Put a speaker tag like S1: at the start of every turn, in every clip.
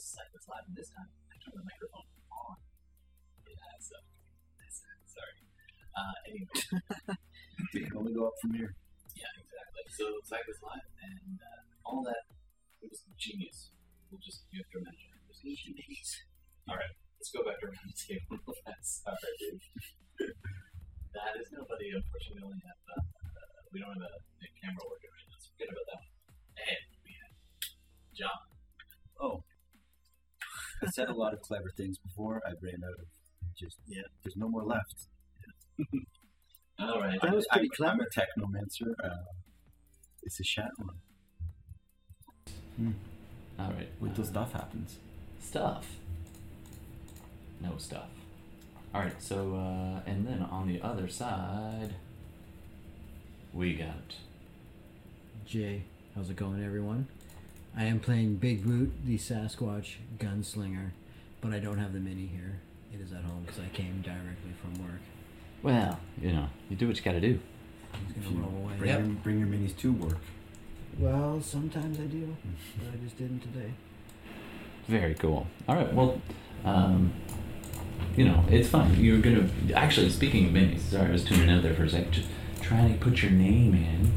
S1: time, this time, I turned the microphone on. Yeah, so, sorry. Uh, anyway,
S2: It can only go up from here.
S1: yeah, exactly. So Zach was live, and uh, all that it was genius. We'll just you have to imagine. It was genius. All right, let's go back around the table. That's all right, dude. that is nobody. Unfortunately, we only have uh, uh, we don't have a, a camera working right now. So forget about that one. And we have John.
S2: Oh. I said a lot of clever things before. I ran out of just,
S1: Yeah.
S2: there's no more left.
S1: All right,
S2: I'm-
S1: I-
S2: I'm, clever. I'm a technomancer. Uh, it's a Shatlan.
S3: All right.
S4: Wait till
S3: uh,
S4: stuff happens.
S3: stuff. No stuff. All right. So uh, and then on the other side, we got
S5: Jay, how's it going, everyone? I am playing Big Boot, the Sasquatch Gunslinger, but I don't have the mini here. It is at home because I came directly from work.
S3: well, you know, you do what you got to do.
S5: He's
S4: If
S5: gonna
S4: you
S5: roll away.
S4: bring, your, bring your minis to work.
S5: Well, sometimes I do, but I just didn't today.
S3: Very cool. All right. Well, um, you know, it's fun. You're gonna actually speaking of minis. Sorry, I was tuning out there for a sec. Just trying to put your name in,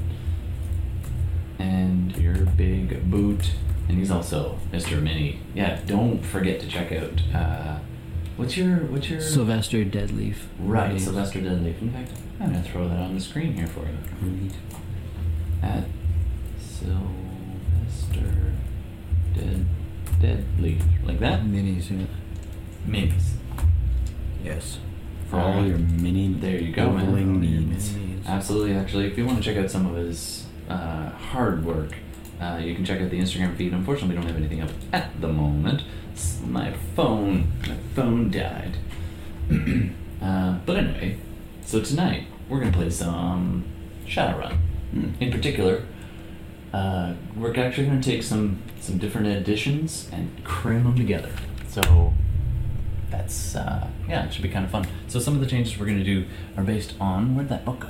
S3: and your big boot. And he's also Mr. Mini. Yeah. Don't forget to check out. Uh, what's your what's your
S5: Sylvester Deadleaf.
S3: right Sylvester Deadleaf? In fact, I'm gonna throw that on the screen here for you
S4: We need
S3: at Sylvester Dead Deadleaf like that.
S5: Minis, yeah.
S3: Minis.
S5: Yes.
S4: for all your mini
S3: There you go, man.
S4: doubling
S5: Your
S4: needs.
S5: minis.
S3: Absolutely, actually. If you want to check out some of his uh, hard work, uh, you can check out the Instagram feed. Unfortunately, we don't have anything up at the moment. S- My phone, my phone died. uh, but anyway, so tonight we're gonna play some Shadowrun.
S4: Hmm.
S3: In particular, uh, we're actually gonna take some some different editions and cram them together. So that's uh, yeah, it should be kind of fun. So some of the changes we're gonna do are based on where'd that book go?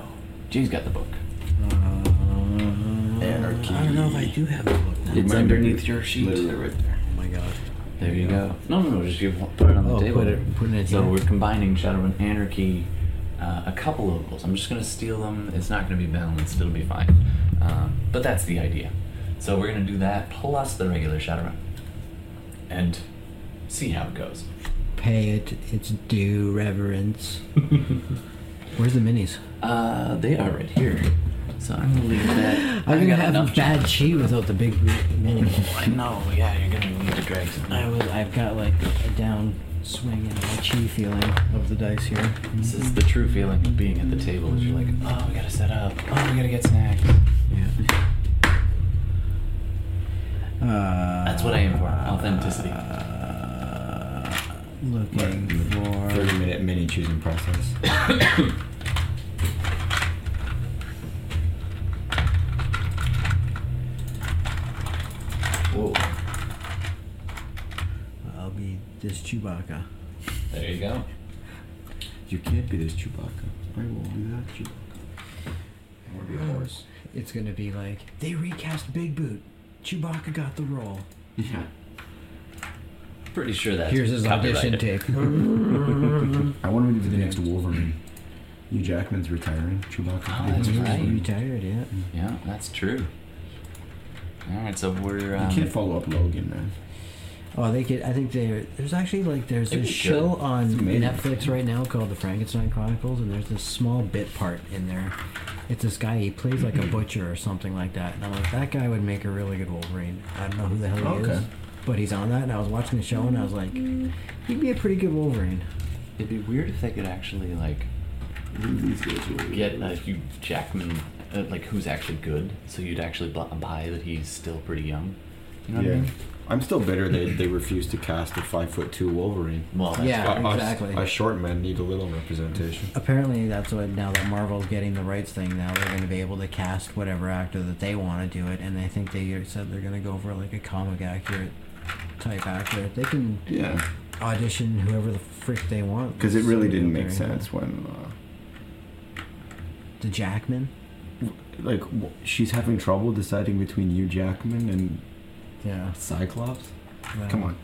S3: Jay's got the book.
S5: Uh,
S4: Anarchy.
S5: I don't know if I do have a book. now.
S4: It
S3: It's
S4: might be
S3: underneath your sheet.
S4: Literally right there.
S5: Oh my god.
S3: There you go. No, no, no. Just you put it on the
S5: Oh,
S3: table.
S5: put it, put it
S3: So
S5: here.
S3: we're combining Shadowrun Anarchy, uh, a couple of those. I'm just gonna steal them. It's not gonna be balanced. It'll be fine. Um, but that's the idea. So we're gonna do that plus the regular Shadowrun, and see how it goes.
S5: Pay it its due reverence. Where's the minis?
S3: Uh, they are right here. So I'm gonna leave that. I
S5: I'm gonna
S3: got
S5: have
S3: enough
S5: a bad cheat without the big mini.
S3: I know. Yeah, you're gonna need to drag some.
S5: I was, I've got like a down swing and a chi feeling of the dice here.
S3: This is the true feeling of being at the table. Is you're like, oh, we gotta set up. Oh, we gotta get snacks.
S5: Yeah. Uh,
S3: That's what I aim for. Authenticity.
S5: uh, looking for.
S4: 30 minute mini choosing process.
S3: Whoa.
S5: I'll be this Chewbacca.
S3: There you go.
S4: You can't be this Chewbacca. I will be that Chewbacca. I want to be a horse.
S5: It's gonna be like they recast Big Boot. Chewbacca got the role.
S4: Yeah.
S3: Pretty sure that's
S5: Here's his audition
S3: copyrighted.
S5: take.
S4: I want him to be the next Wolverine. Hugh Jackman's retiring. Chewbacca.
S3: Oh, that's
S5: He's
S3: right.
S5: retired yet.
S3: Yeah, that's true. All right, so we're. Um,
S4: You can't follow up Logan, man.
S5: Oh, they could. I think they. There's actually like there's
S3: It'd
S5: this
S3: be
S5: show on
S4: It's amazing.
S5: Netflix right now called The Frankenstein Chronicles, and there's this small bit part in there. It's this guy. He plays like a butcher or something like that. And I'm like, that guy would make a really good Wolverine. I don't know who the hell he is,
S4: Okay.
S5: but he's on that. And I was watching the show, and I was like, he'd be a pretty good Wolverine.
S3: it'd be weird if they could actually like
S4: These guys will
S3: get a Hugh Jackman, uh, like who's actually good, so you'd actually bu- buy that he's still pretty young. You know what I
S4: Yeah.
S3: mean?
S4: I'm still bitter they, they refused to cast a five foot two Wolverine.
S3: Well, that's
S5: Yeah.
S4: Uh, us-
S5: exactly.
S4: us short men need a little representation.
S5: Apparently, that's what now that Marvel's getting the rights thing. Now they're going to be able to cast whatever actor that they want to do it, and I think they said they're going to go for like a comic accurate type actor. They can
S4: Yeah,
S5: audition whoever the frick they want.
S4: because it really
S5: So,
S4: didn't make
S5: there you
S4: sense when, uh,
S5: go. The Jackman.
S4: like, w- she's having trouble deciding between you, Jackman, and
S5: Yeah.
S4: Cyclops.
S5: Well,
S4: Come on.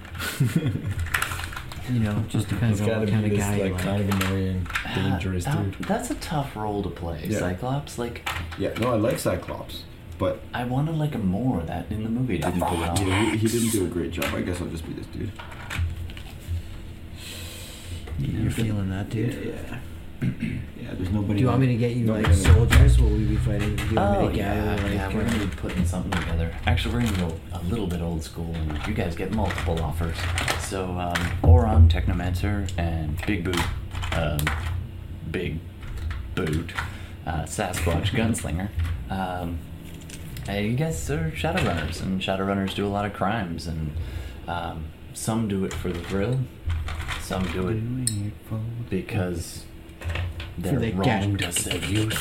S5: You know, just depends
S6: He's
S5: on
S6: gotta
S5: what
S6: be
S5: kind of
S6: this
S5: guy you
S6: like,
S5: like.
S6: kind of annoying, dangerous
S3: Uh,
S6: dude.
S3: uh, that's a tough role to play,
S4: Yeah.
S3: Cyclops. Like,
S4: Yeah, no, I like Cyclops, but
S3: I wanted like a more that in the movie didn't go well.
S4: yeah, he, he didn't do a great job. I guess I'll just be this dude.
S5: You're feeling that, dude.
S4: Yeah, yeah. yeah there's nobody.
S5: Do you want me to get you
S4: No,
S5: like
S4: no, no.
S5: soldiers? Will we be fighting? Do you want
S3: Oh
S5: me to
S3: yeah,
S5: gather,
S3: yeah,
S5: like,
S3: we're
S5: uh,
S3: gonna be putting something together. Actually, we're gonna go a little bit old school, and you guys get multiple offers. So, um, Oron, Technomancer, and Big Boot, um, Big Boot, uh, Sasquatch, Gunslinger. Um, uh, you guys are Shadowrunners, and Shadowrunners do a lot of crimes, and um, some do it for the thrill, some do it because they're
S5: the
S3: wrong to
S5: cash.
S3: save you.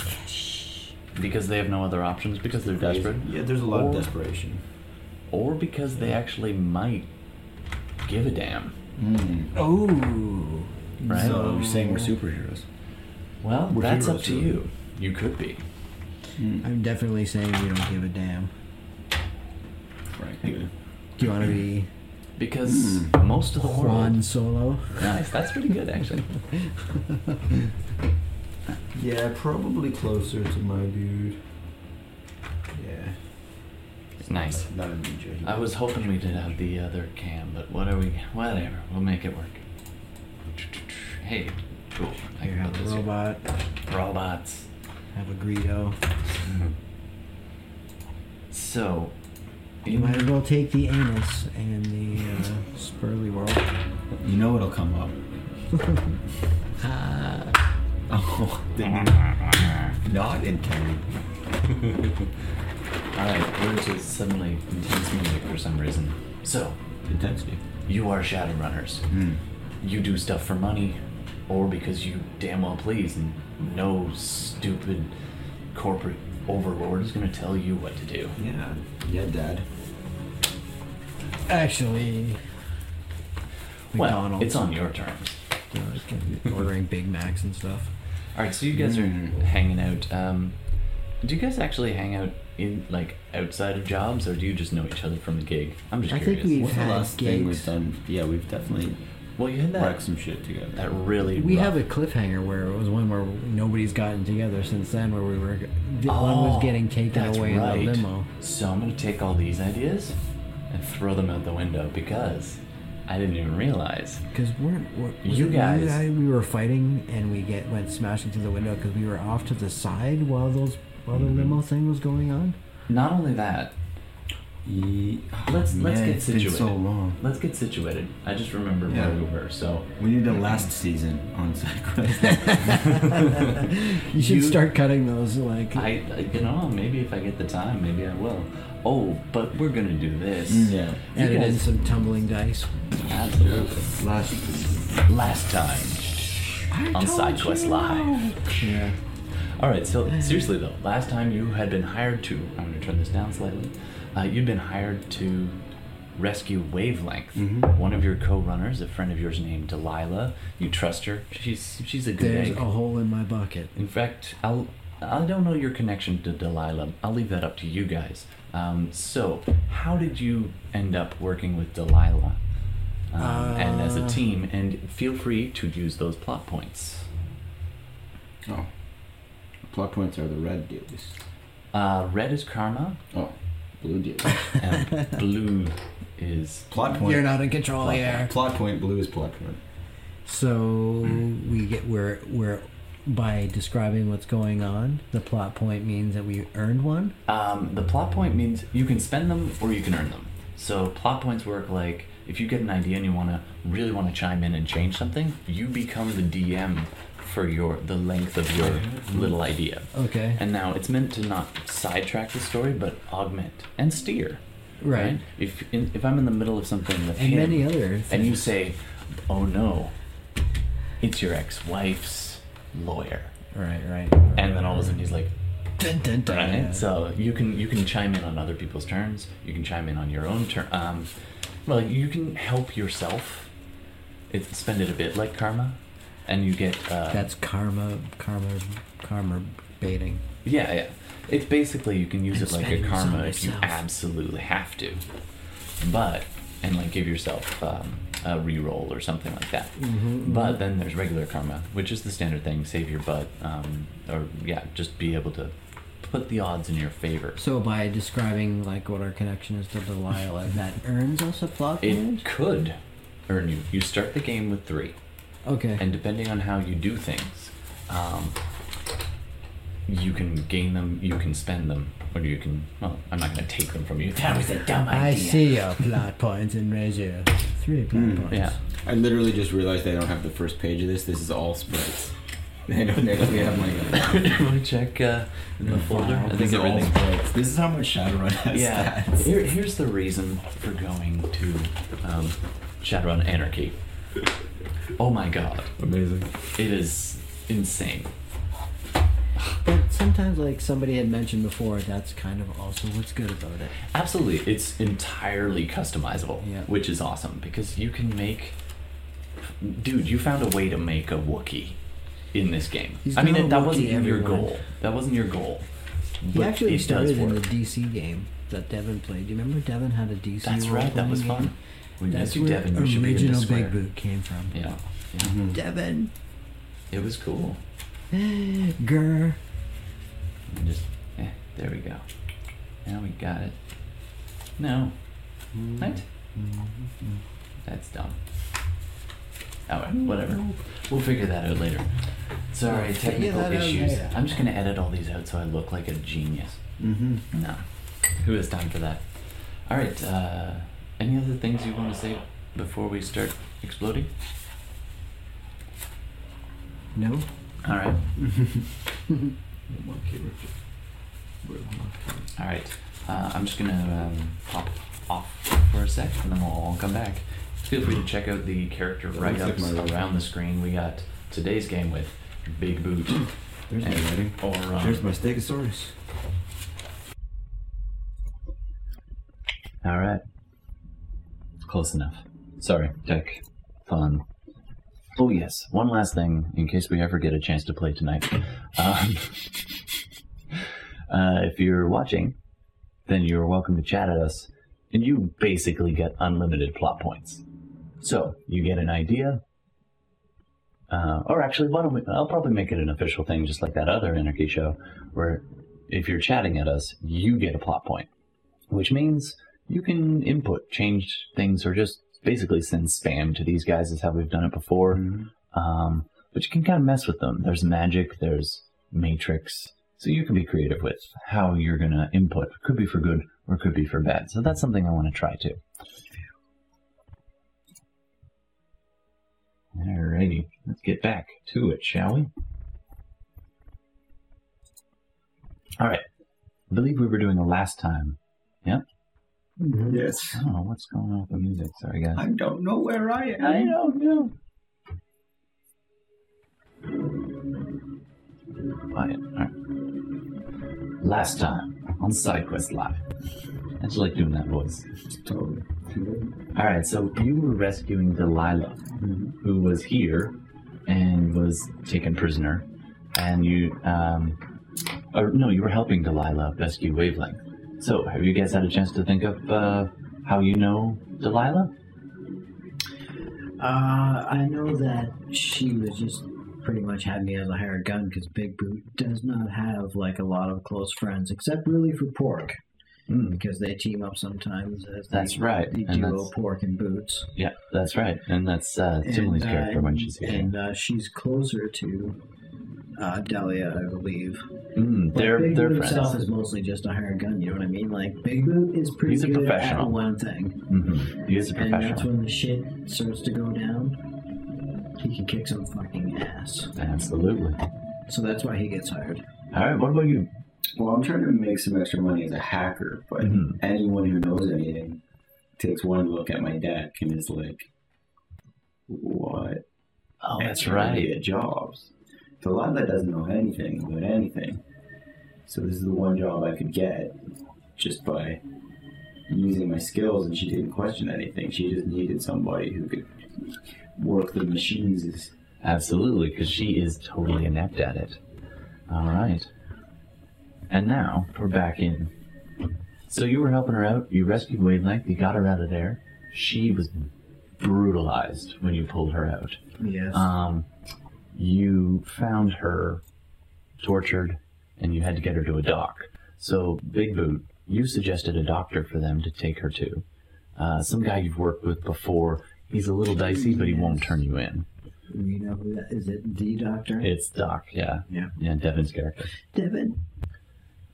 S3: Because they have no other options, because they're desperate,
S4: Yeah, there's a lot
S3: Or-
S4: of desperation.
S3: or because they actually might give a damn.
S5: Oh,
S3: Right.
S4: Hmm. So you're saying we're superheroes?
S3: Well,
S4: We're
S3: that's up
S4: heroes,
S3: to
S4: really.
S3: you. You could be.
S4: Hmm.
S5: I'm definitely saying you don't give a damn.
S4: Frankly.
S5: Do you want to be
S3: Because
S4: Hmm.
S3: most of the world.
S5: Juan Solo?
S3: Nice, that's pretty good actually.
S4: Yeah, probably closer to my dude. Yeah.
S3: nice. Uh,
S4: Not a ninja. he-
S3: I was hoping we did have the other cam, but what are we? Whatever, we'll make it work. Hey, cool. I
S5: You
S3: can
S5: have
S3: put
S5: a
S3: this here.
S5: robot.
S3: Robots.
S5: Have a Greedo.
S3: So,
S5: You
S3: in
S5: might as well take the anus and the uh, spurly world.
S4: You know it'll come up. oh, didn't even- not intended.
S3: Alright, we're just suddenly intense music for some reason. So,
S4: Intensity. Hmm.
S3: you are Shadowrunners. You do stuff for money, or because you damn well please, and no stupid corporate overlord is gonna tell you what to do.
S4: Yeah. Yeah, Dad.
S5: Actually,
S3: Well,
S5: McDonald's.
S3: it's on your terms.
S5: You know, like, ordering Big Macs and stuff.
S3: Alright, so you guys
S4: Mm.
S3: are hanging out. Um, do you guys actually hang out in like outside of jobs, or do you just know each other from the gig? I'm just
S5: I think
S3: curious.
S5: we- We've
S4: What's the
S5: had
S4: last thing
S5: gigs.
S4: we've done? Yeah, we've definitely
S3: well, you had
S4: wrecked
S3: that
S4: some shit together.
S3: that really.
S5: We
S3: rough-
S5: have a cliffhanger where it was one where nobody's gotten together since then, where we were the one
S3: Oh,
S5: was getting taken
S3: that's
S5: away
S3: right.
S5: in the limo.
S3: So I'm gonna take all these ideas and throw them out the window because I didn't even realize.
S5: Because we're, we're was
S3: You
S5: it
S3: guys-
S5: and I, we were fighting and we get went smashing through the window because we were off to the side while those while
S3: Mm-hmm.
S5: the limo thing was going on.
S3: Not only that,
S4: Ye-
S3: let's
S4: Man,
S3: let's get
S4: it's been
S3: situated.
S4: so long.
S3: Let's get situated. I just remember where
S4: Yeah.
S3: we were. So
S4: We need a last season on Sidequest.
S5: You should
S3: You-
S5: start cutting those like
S3: I, I- you know, maybe if I get the time, maybe I will. Oh, but we're gonna do this.
S4: yeah.
S3: You
S5: edit in
S3: guys,
S5: some tumbling dice.
S3: absolutely.
S4: Last
S3: Last time on SideQuest Live.
S5: Yeah.
S3: All right, so
S5: Uh-huh.
S3: seriously though, last time you had been hired to, I'm going to turn this down slightly, uh, you'd been hired to rescue Wavelength,
S5: Mm-hmm.
S3: one of your co-runners, a friend of yours named Delilah. You trust her; she's she's a good
S5: There's
S3: egg.
S5: a hole in my bucket.
S3: In fact, I'll I don't know your connection to Delilah. I'll leave that up to you guys. Um, so, how did you end up working with Delilah, um, and as a
S5: Uh,
S3: team? And feel free to use those plot points.
S4: Oh. Plot points are the red dudes.
S3: Uh, red is karma,
S4: Oh, blue dudes.
S3: and blue is
S4: Plot point.
S5: You're not in control
S4: plot,
S5: here.
S4: plot point. Blue is plot point.
S5: So we get we're we're by describing what's going on, the plot point means that we earned one.
S3: Um, the plot point means you can spend them or you can earn them. So plot points work like if you get an idea and you want to really want to chime in and change something, you become the DM for your the length of your little idea.
S5: Okay.
S3: And now it's meant to not sidetrack the story, but augment and steer.
S5: right.
S3: If in, if I'm in the middle of something with
S5: And
S3: him,
S5: many other
S3: and you
S5: things.
S3: say, "Oh no, it's your ex-wife's lawyer,"
S5: Right, right.
S3: and then all of a sudden he's like,
S5: Dun, dun, dun.
S3: Right. So you can you can chime in on other people's turns. You can chime in on your own turn. Um, well, you can help yourself. It's spend it a bit like karma, and you get uh,
S5: That's karma, karma, karma baiting.
S3: yeah yeah. It's basically you can use
S5: I'm
S3: it like a
S5: spending this on
S3: karma if you
S5: myself.
S3: absolutely have to, but and like give yourself um, a reroll or something like that.
S5: Mhm,
S3: But
S5: mhm.
S3: then there's regular karma, which is the standard thing: save your butt, um, or yeah, just be able to put the odds in your favor.
S5: So by describing like what our connection is to Delisle, like, that earns us a plot point.
S3: It could earn you. You start the game with three,
S5: Okay.
S3: and depending on how you do things, um, you can gain them, you can spend them, or you can. Well, I'm not going to take them from you. That was a dumb idea. Mm,
S5: I see your plot points in measure. Three plot
S4: Hmm,
S5: points.
S3: Yeah.
S4: I literally just realized I don't have the first page of this. This is all sprites. They don't actually have like.
S3: Want to check uh, the folder? I think
S4: These are all
S3: everything.
S4: sprites. This is how much Shadowrun has.
S3: Yeah.
S4: stats.
S3: Here, here's the reason for going to um, Shadowrun Anarchy. Oh my god,
S7: Amazing.
S3: it is insane.
S5: But sometimes, like somebody had mentioned before, that's kind of also what's good about it.
S3: Absolutely, it's entirely customizable,
S5: Yeah.
S3: which is awesome because you can make. Dude, you found a way to make a Wookiee in this game.
S5: He's
S3: I mean,
S5: not a
S3: it, that wasn't
S5: Wookiee,
S3: your
S5: everyone.
S3: goal. That wasn't your goal.
S5: He
S3: But
S5: actually
S3: it does
S5: started in the
S3: work.
S5: DC game that Devin played. Do you remember Devin had a DC?
S3: That's right. That
S5: role-playing
S3: was
S5: game?
S3: fun. When
S5: That's
S3: you
S5: where
S3: Devin, you should be in
S5: original
S3: the square.
S5: Big Boot came from.
S3: Yeah,
S4: Mhm.
S5: Devin,
S3: it was cool.
S5: grr.
S3: And just eh, there we go. Now we got it. No,
S4: Mm-hmm.
S3: what? That's dumb. Oh, well, whatever. We'll figure that out later. Sorry,
S5: We'll figure
S3: technical
S5: that out
S3: issues.
S5: later.
S3: I'm just gonna edit all these out so I look like a genius.
S4: Mm-hmm.
S3: No, who has time for that? All right. Uh, any other things you want to say before we start exploding?
S5: No.
S3: All right.
S4: Monkey ripped it. We're monkey.
S3: All right. Uh, I'm just gonna um, pop off for a sec, and then we'll all come back. Feel free to check out the character
S4: That looks like
S3: write-ups
S4: my room.
S3: around the screen. We got today's game with Big Boot
S4: There's my
S3: and
S4: writing.
S3: Auron.
S4: There's my Stegosaurus.
S3: All right. Close enough. Sorry, tech. Fun. Oh, yes. One last thing, in case we ever get a chance to play tonight. Um, uh, if you're watching, then you're welcome to chat at us, and you basically get unlimited plot points. So, you get an idea. Uh, or actually, why don't we, I'll probably make it an official thing, just like that other Anarchy show, where if you're chatting at us, you get a plot point which means you can input, change things, or just basically send spam to these guys, is how we've done it before. Um, but you can kind of mess with them. There's magic, there's matrix. So you can be creative with how you're going to input. Could be for good or could be for bad. So that's something I want to try too. Alrighty, let's get back to it, shall we? Alright, I believe we were doing the last time
S4: Yes.
S3: I don't know Oh, what's going on with the music. Sorry, guys.
S4: I don't know where I am.
S3: don't know. Quiet. All right. Last time on SideQuest Live. I just like doing that voice.
S4: Totally.
S3: All right, so you were rescuing Delilah, who was here and was taken prisoner, and you, um, or no, you were helping Delilah rescue Wavelength. So, have you guys had a chance to think of uh, how you know Delilah?
S5: Uh, I know that she was just pretty much had me as a hired gun because Big Boot does not have like a lot of close friends, except really for Pork
S3: Mm,
S5: because they team up sometimes as the-
S3: that's right.
S5: the
S3: And
S5: duo
S3: that's,
S5: Pork and Boots.
S3: yeah, that's right. And that's uh,
S5: And,
S3: Timely's
S5: uh,
S3: character when she's here.
S5: And uh, she's closer to uh, Delia, I believe.
S3: Mm,
S5: But
S3: they're
S5: Big
S3: they're
S5: Boot
S3: friends.
S5: himself is mostly just a hired gun. You know what I mean? Like Big Boot is pretty
S3: He's a
S5: good
S3: professional.
S5: at one thing,
S3: Mhm. He is a
S5: and that's
S3: professional.
S5: when the shit starts to go down. He can kick some fucking ass.
S3: Absolutely.
S5: So that's why he gets hired.
S3: All right. What about you?
S4: Well, I'm trying to make some extra money as a hacker, but
S3: Mhm.
S4: anyone who knows anything takes one look at my deck and is like, "What?"
S3: Oh, that's
S4: extra money
S3: right.
S4: At jobs, so a lot of that doesn't know anything about anything. So this is the one job I could get just by using my skills, and she didn't question anything. She just needed somebody who could work the machines.
S3: Absolutely, because she is totally inept at it. All right. And now we're back in. So you were helping her out. You rescued Wavelength. You got her out of there. she was brutalized when you pulled her out.
S8: Yes.
S3: Um, you found her tortured, and you had to get her to a doc. So, Big Boot, you suggested a doctor for them to take her to. Uh, some guy you've worked with before. He's a little dicey, but he won't turn you in.
S4: You know who that is? It the doctor?
S3: It's Doc, yeah.
S8: Yeah.
S3: Yeah, Devin's character.
S4: Devin.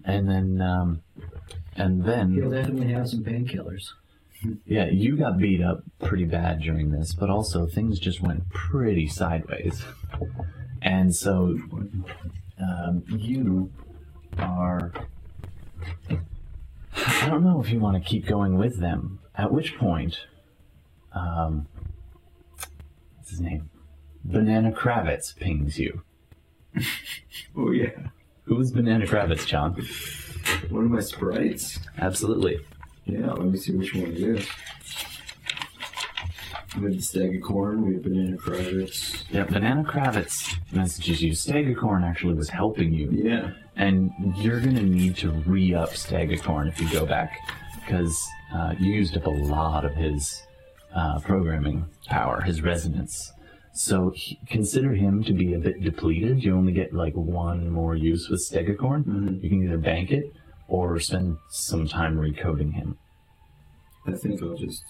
S3: And then, um, and
S5: He'll
S3: then,
S5: definitely have some painkillers.
S3: yeah, you got beat up pretty bad during this, but also things just went pretty sideways. And so, um, you are. I don't know if you want to keep going with them. At which point, um, what's his name? Banana Kravitz pings you.
S4: Oh yeah.
S3: Who's Banana Kravitz, John?
S4: One of my sprites.
S3: Absolutely.
S4: Yeah, let me see which one it is. We have the stag of corn, we have banana credits.
S3: Yeah, Banana Kravitz messages you. Stagacorn actually was helping you,
S4: Yeah.
S3: and you're gonna need to re-up Stagacorn if you go back, because uh, you used up a lot of his uh, programming power, his resonance. So he, consider him to be a bit depleted. You only get like one more use with Stegacorn. You can either bank it or spend some time recoding him.
S4: I think I'll just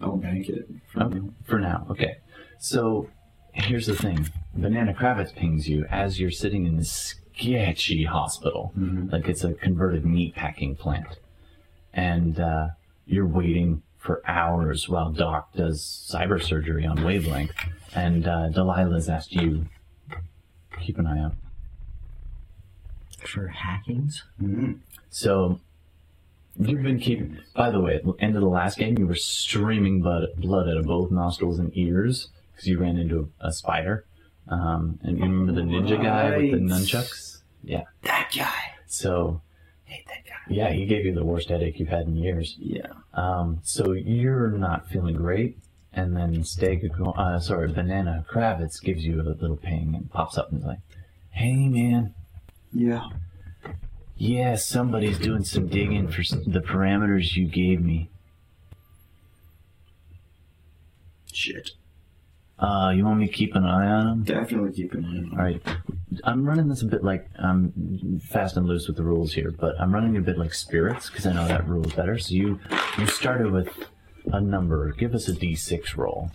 S4: I'll bank it.
S3: Okay. For now, okay. So here's the thing Banana Kravitz pings you as you're sitting in this sketchy hospital. Like it's a converted meat packing plant. And uh, you're waiting for hours while Doc does cyber surgery on Wavelength. And uh, Delilah's asked you, keep an eye out.
S5: For hackings?
S3: So you've been keeping. By the way, at the end of the last game, you were streaming blood, blood out of both nostrils and ears because you ran into a, a spider. Um, and you remember the ninja guy with the
S4: Right.
S3: nunchucks? Yeah.
S4: That guy.
S3: So
S4: Hate that guy.
S3: yeah, he gave you the worst headache you've had in years.
S4: Yeah.
S3: Um, so you're not feeling great. And then steak, uh, sorry, banana Kravitz gives you a little ping and pops up and is like, "Hey man,
S4: Yeah.
S3: Yeah, somebody's doing some digging for s- the parameters you gave me.
S4: Shit.
S3: Uh, you want me to keep an eye on them?
S4: Definitely keep an eye on
S3: All right. I'm running this a bit like I'm fast and loose with the rules here, but I'm running a bit like spirits because I know that rule better. So you you started with a number. Give us a d6 roll.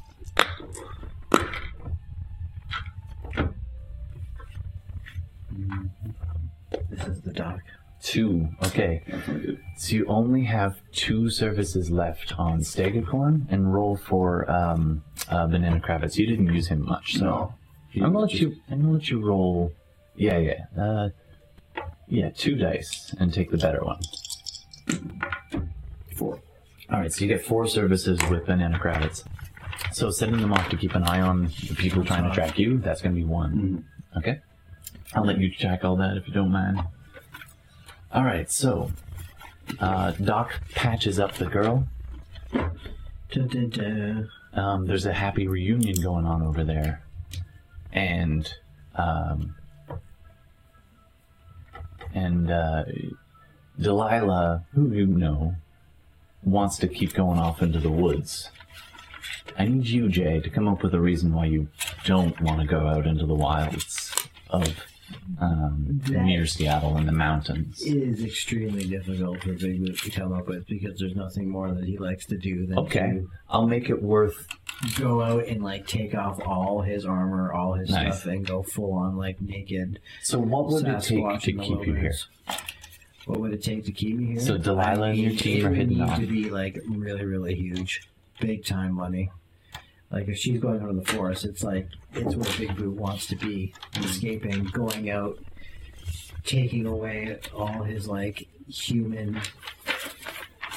S4: This is the doc.
S3: Two. Okay.
S4: That's not good.
S3: So you only have two services left on Stegacorn and roll for um, uh, Banana Kravitz. You didn't use him much, so.
S4: No.
S3: I'm gonna let you. I'm gonna let you roll. Yeah, yeah, uh, yeah. Two dice and take the better one.
S4: Four.
S3: All right, so you get four services with banana cravats. So sending them off to keep an eye on the people trying to track you. That's gonna be one. Okay. I'll let you track all that if you don't mind. All right, so uh, Doc patches up the girl.
S5: Dun, dun, dun.
S3: um, there's a happy reunion going on over there, and um, and uh, Delilah, who you know, wants to keep going off into the woods. I need you, Jay, to come up with a reason why you don't want to go out into the wilds of um,
S5: That-
S3: near Seattle in the mountains.
S5: It is extremely difficult for Big Boot to come up with because there's nothing more that he likes to do than
S3: Okay, I'll make it worth
S5: to go out and like take off all his armor, all his
S3: Nice.
S5: stuff, and go full on like naked.
S3: So, what would it take
S5: Sasquatch
S3: to
S5: in the
S3: keep you here?
S5: wilderness. What would it take to keep me here?
S3: So Delilah and your
S5: It
S3: team are
S5: would
S3: hitting
S5: need
S3: on.
S5: to be like really, really huge, big time money. Like if she's going out in the forest, it's like it's where Big Boot wants to be, escaping, going out, taking away all his like human.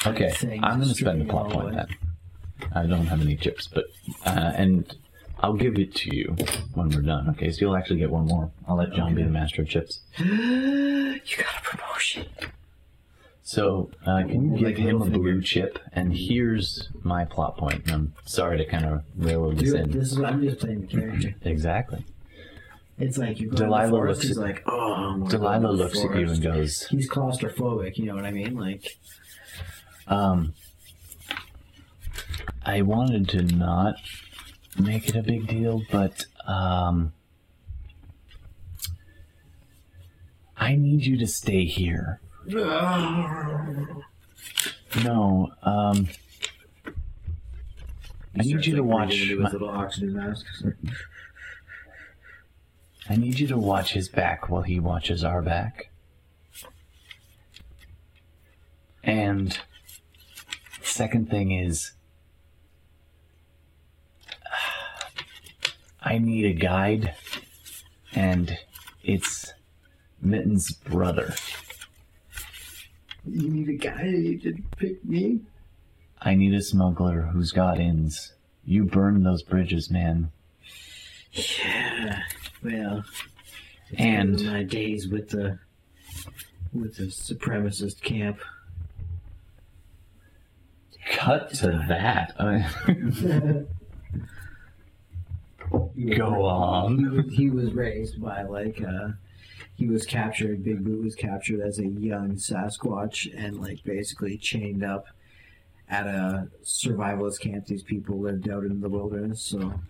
S3: Okay,
S5: things,
S3: I'm going to spend a
S5: stripping
S3: plot
S5: it all
S3: point
S5: away.
S3: then. I don't have any chips, but uh, and I'll give it to you when we're done. Okay, so you'll actually get one more. I'll let John be the master of chips.
S5: You got a promotion.
S3: So uh, can you
S5: Like
S3: give him a
S5: Littlefinger.
S3: blue chip? And here's my plot point. and I'm sorry to kind of railroad this
S5: Dude,
S3: in.
S5: this is what I'm just playing the character.
S3: Exactly.
S5: It's like you're going
S3: Delilah
S5: to the forest.
S3: looks
S5: He's
S3: at-
S5: like, oh, I wanna go to
S3: Delilah
S5: the
S3: looks at you
S5: forest."
S3: and goes,
S5: He's claustrophobic. You know what I mean? Like,
S3: um, I wanted to not make it a big deal, but um, I need you to stay here. No, um, I need you to watch.
S5: Into
S3: my-
S5: his little oxygen mask.
S3: I need you to watch his back while he watches our back. And second thing is I need a guide and it's Mitten's brother.
S5: You need a guy to pick me.
S3: I need a smuggler who's got ins. You burn those bridges, man.
S5: Yeah. Well, it's
S3: And-
S5: been my days with the with the supremacist camp.
S3: Cut to that. Go on.
S5: He was, he was raised by like uh he was captured. Big Boo was captured as a young Sasquatch and like basically chained up at a survivalist camp. These people lived out in the wilderness, so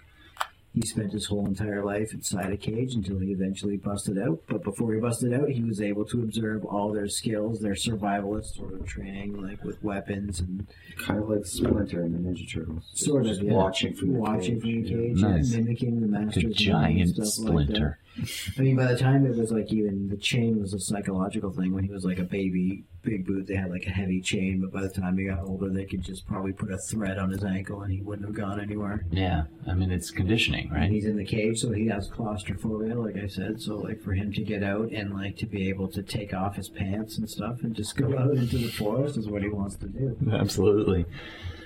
S5: he spent his whole entire life inside a cage until he eventually busted out. But before he busted out, he was able to observe all their skills, their survivalist sort of training, like with weapons and
S4: Kind of like Splinter in the Ninja Turtles. Just-
S5: Sort of,
S4: just
S5: yeah.
S4: watching from the
S5: watching
S4: cage.
S5: from the
S4: yeah.
S5: cage, and
S3: Nice.
S5: mimicking the
S3: The
S5: master's mind and
S3: giant
S5: stuff like
S3: splinter.
S5: that. I mean, by the time it was like even the chain was a psychological thing. When he was like a baby, Big Boot, they had like a heavy chain, but by the time he got older, they could just probably put a thread on his ankle and he wouldn't have gone anywhere.
S3: Yeah, I mean it's conditioning,
S5: And
S3: right?
S5: he's in the cage, so he has claustrophobia, like I said. So like for him to get out and like to be able to take off his pants and stuff and just go out into the forest is what he wants to do.
S3: Absolutely.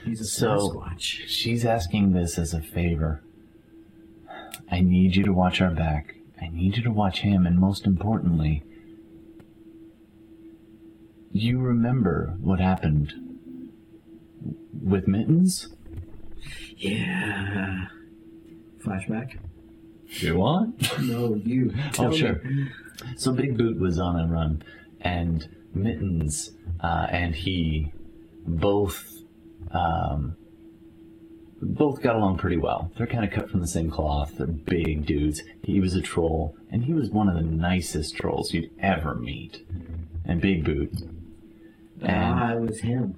S5: He's a
S3: So-
S5: Sasquatch.
S3: She's asking this as a favor. I need you to watch our back. I need you to watch him, and most importantly, you remember what happened with Mittens?
S5: Yeah. Flashback.
S9: You want?
S5: No, you.
S3: oh, sure. So Big Boot was on a run, and Mittens uh, and he both um, both got along pretty well. They're kind of cut from the same cloth. They're big dudes. He was a troll, and he was one of the nicest trolls you'd ever meet. And Big Boot, and
S5: Ah, it was him.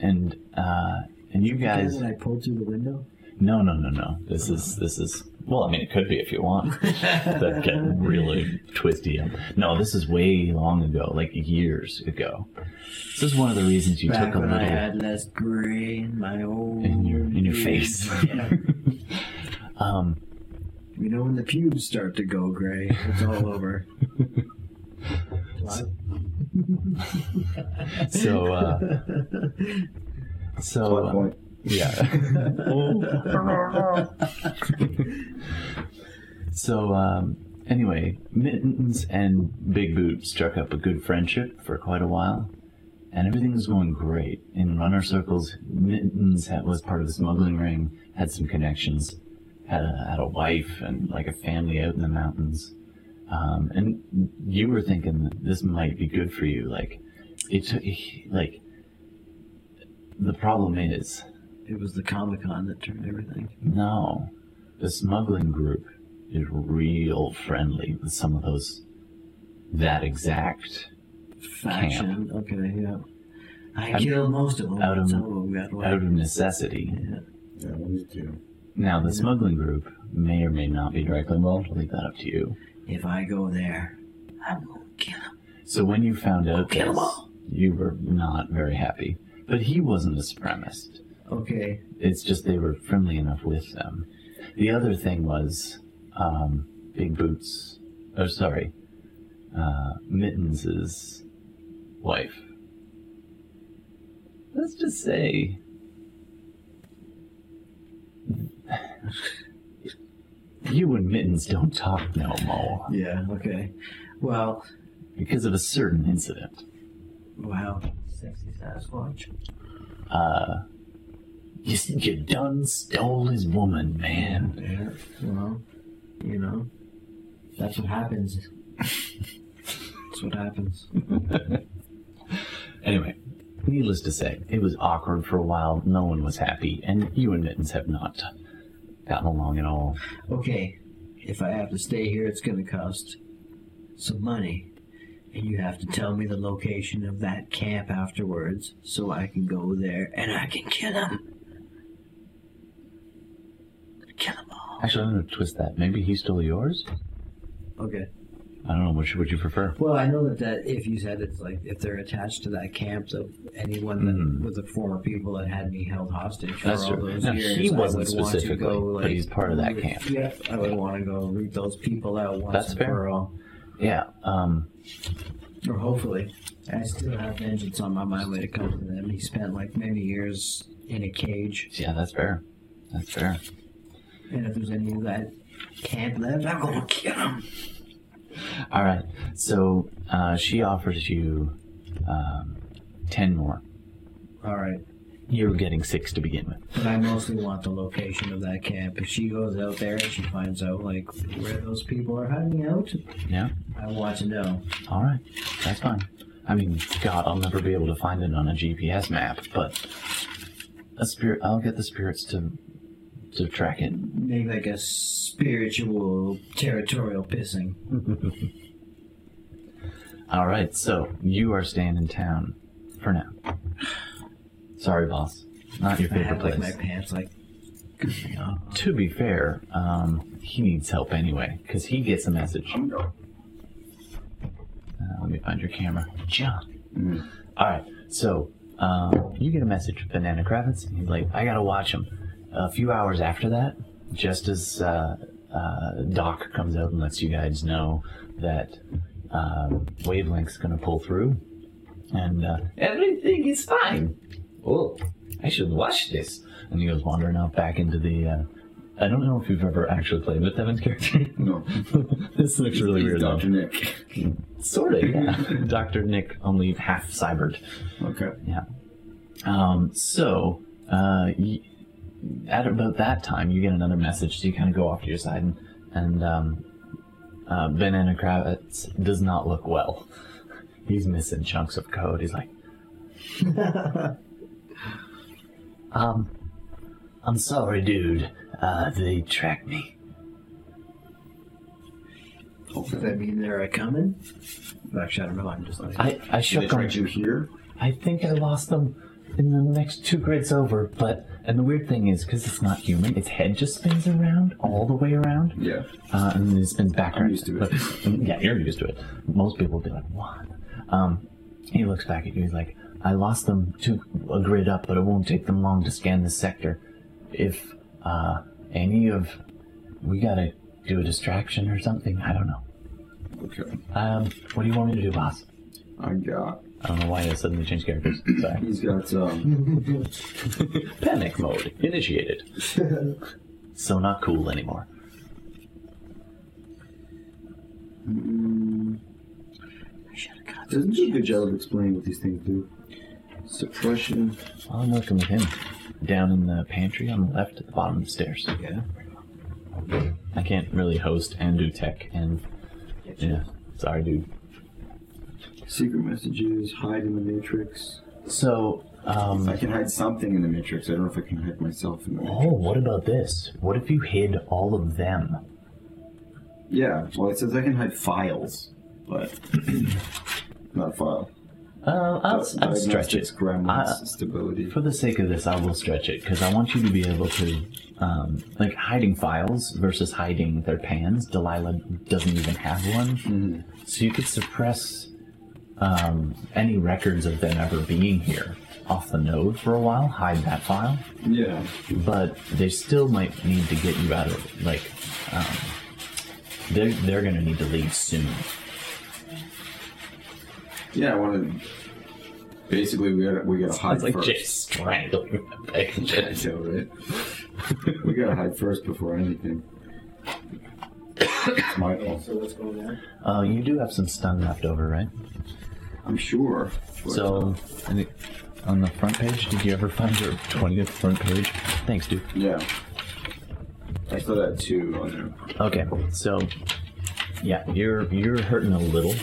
S3: and uh, and you
S5: The guy
S3: guys.
S5: that I pulled through the window.
S3: No, no, no, no. This is this is. Well, I mean, it could be if you want. that get really twisty. up. No, this is way long ago, like years ago. This is one of the reasons you
S5: Back
S3: took a
S5: when
S3: little
S5: I had less gray in my old.
S3: in your in your face.
S5: Yeah.
S3: um,
S5: You know when the pubes start to go gray, it's all over. What?
S3: so uh, so
S4: Plot
S3: uh,
S4: point.
S3: yeah. so um, anyway, Mittens and Big Boot struck up a good friendship for quite a while, and everything was going great in runner circles. Mittens had, was part of the smuggling ring, had some connections, had a, had a wife and like a family out in the mountains. Um, and you were thinking that this might be good for you, like it took like the problem is
S5: It was the Comic Con that turned everything.
S3: no the smuggling group is real friendly with some of those that exact
S5: Faction. Okay, yeah. I
S3: I'm-
S5: killed most of them.
S3: out of-
S5: some of them got away.
S3: out of necessity
S5: yeah.
S4: Yeah, we do.
S3: now the smuggling group may or may not be directly involved i'll leave that up to you
S5: If I go there, I'm gonna kill him.
S3: so when you found out
S5: Kill 'em
S3: this,
S5: all.
S3: you were not very happy but he wasn't a supremacist
S5: Okay.
S3: It's just they were friendly enough with them. The other thing was um, Big Boots. Oh, sorry, uh, Mittens's wife. Let's just say you and Mittens don't talk no more
S5: Yeah. Okay. Well,
S3: because of a certain incident.
S5: wow. Sexy Sasquatch.
S3: Uh, you, you done stole his woman, man.
S5: Yeah, well, you know, that's what happens. that's what happens.
S3: Anyway, Needless to say, it was awkward for a while. No one was happy, and you and Mittens have not gotten along at all.
S5: okay, if I have to stay here, it's going to cost some money. And you have to tell me the location of that camp afterwards so I can go there and I can kill him. Kill him all.
S3: Actually, I'm gonna twist that. Maybe he stole yours.
S5: Okay.
S3: I don't know. Which would you prefer?
S5: Well, I know that, that if you said it's like if they're attached to that camp of anyone that
S3: Mm.
S5: with the former people that had me held hostage for
S3: That's
S5: all
S3: true.
S5: those
S3: Now,
S5: years,
S3: he
S5: I
S3: wasn't
S5: would want to
S3: specifically,
S5: go,
S3: but
S5: like,
S3: he's part of that camp.
S5: Yeah, I would want to go root those people out once
S3: That's
S5: and
S3: fair.
S5: for all,
S3: Yeah. Um.
S5: or hopefully. I still have vengeance on my mind when it comes to them. He spent like many years in a cage,
S3: Yeah, that's fair. That's fair.
S5: and if there's any of that camp left, I'm gonna kill him.
S3: All right. So uh, she offers you um, ten more.
S5: All right.
S3: You're getting six to begin with.
S5: But I mostly want the location of that camp. If she goes out there and she finds out like where those people are hiding out,
S3: Yeah.
S5: I want to know.
S3: All right. That's fine. I mean, God, I'll never be able to find it on a GPS map, but a spirit. I'll get the spirits to to track it.
S5: Make like a spiritual territorial pissing.
S3: All right. So you are staying in town for now. Sorry, boss. Not your
S5: I
S3: favorite
S5: have like
S3: place.
S5: my pants like
S3: To be fair, um, he needs help anyway, because he gets a message. Uh, let me find your camera. John.
S4: Mm.
S3: All right, so um, you get a message from Banana Kravitz, and he's like, I gotta watch him. A few hours after that, just as uh, uh, Doc comes out and lets you guys know that um Wavelength's gonna pull through, and uh, everything is fine. Oh, I should watch this. And he goes wandering out back into the. Uh, I don't know if you've ever actually played with Devin's character.
S4: No,
S3: this looks really
S4: He's
S3: weird.
S4: Dr. Nick.
S3: Sort of, yeah. Dr. Nick, only half cybered.
S4: Okay.
S3: Um, so, uh, y- at about that time, you get another message, so you kind of go off to your side, and, and um, uh, Banana Kravitz does not look well. He's missing chunks of code. He's like, um, I'm sorry, dude. Uh, they tracked me.
S5: oh, Does that mean they're a coming? Actually, I don't know. I'm just like
S3: I, I
S4: Did they
S3: shook him.
S4: track you here?
S3: I think I lost them in the next two grids over, but. And the weird thing is, because it's not human, its head just spins around all the way around,
S4: Yeah.
S3: uh, and then it spins backwards.
S4: I'm used to it.
S3: yeah, you're used to it. Most people would be like, "What?" Um, he looks back at you. He's like, "I lost them to a grid up, but it won't take them long to scan this sector. If uh, any of we gotta do a distraction or something, I don't know.
S4: Okay.
S3: Um, what do you want me to do, boss?
S4: I got.
S3: I don't know why I suddenly changed characters. Sorry.
S4: He's got um.
S3: Panic mode initiated. so not cool anymore.
S4: mm, Doesn't do a good job of explaining what these things do. Suppression.
S3: I'm working with him. Down in the pantry on the left at the bottom of the stairs.
S5: yeah.
S3: I can't really host and do tech and yeah. Sorry dude.
S4: Secret messages. Hide in the matrix.
S3: So, um
S4: I can hide something in the matrix. I don't know if I can hide myself in the matrix.
S3: Oh, what about this? What if you hid all of them?
S4: Yeah. Well, it says I can hide files, but not a file.
S3: Uh, I'll,
S4: Di-
S3: I'll stretch
S4: diagnostics,
S3: it. Uh,
S4: Gremlins,
S3: I-
S4: stability.
S3: For the sake of this, I will stretch it because I want you to be able to, um, like hiding files versus hiding their pans. Delilah doesn't even have one, so you could suppress um, any records of them ever being here off the node for a while. Hide that file,
S4: Yeah.
S3: but they still might need to get you out of it. Like, um, they're they're gonna need to leave soon.
S4: Yeah. I want to. Basically, we gotta we gotta hide
S3: It's like
S4: first.
S3: just strangling the
S4: I
S3: page.
S4: know, right? we gotta hide first before anything. It's my fault.
S5: So what's going on?
S3: Uh, you do have some stun left over, right?
S4: I'm sure. But,
S3: So, and it, on the front page, did you ever find your 20th front page? Thanks, dude.
S4: yeah. I saw that too on there.
S3: Okay,
S4: Mm.
S3: so, yeah, you're you're hurting a little.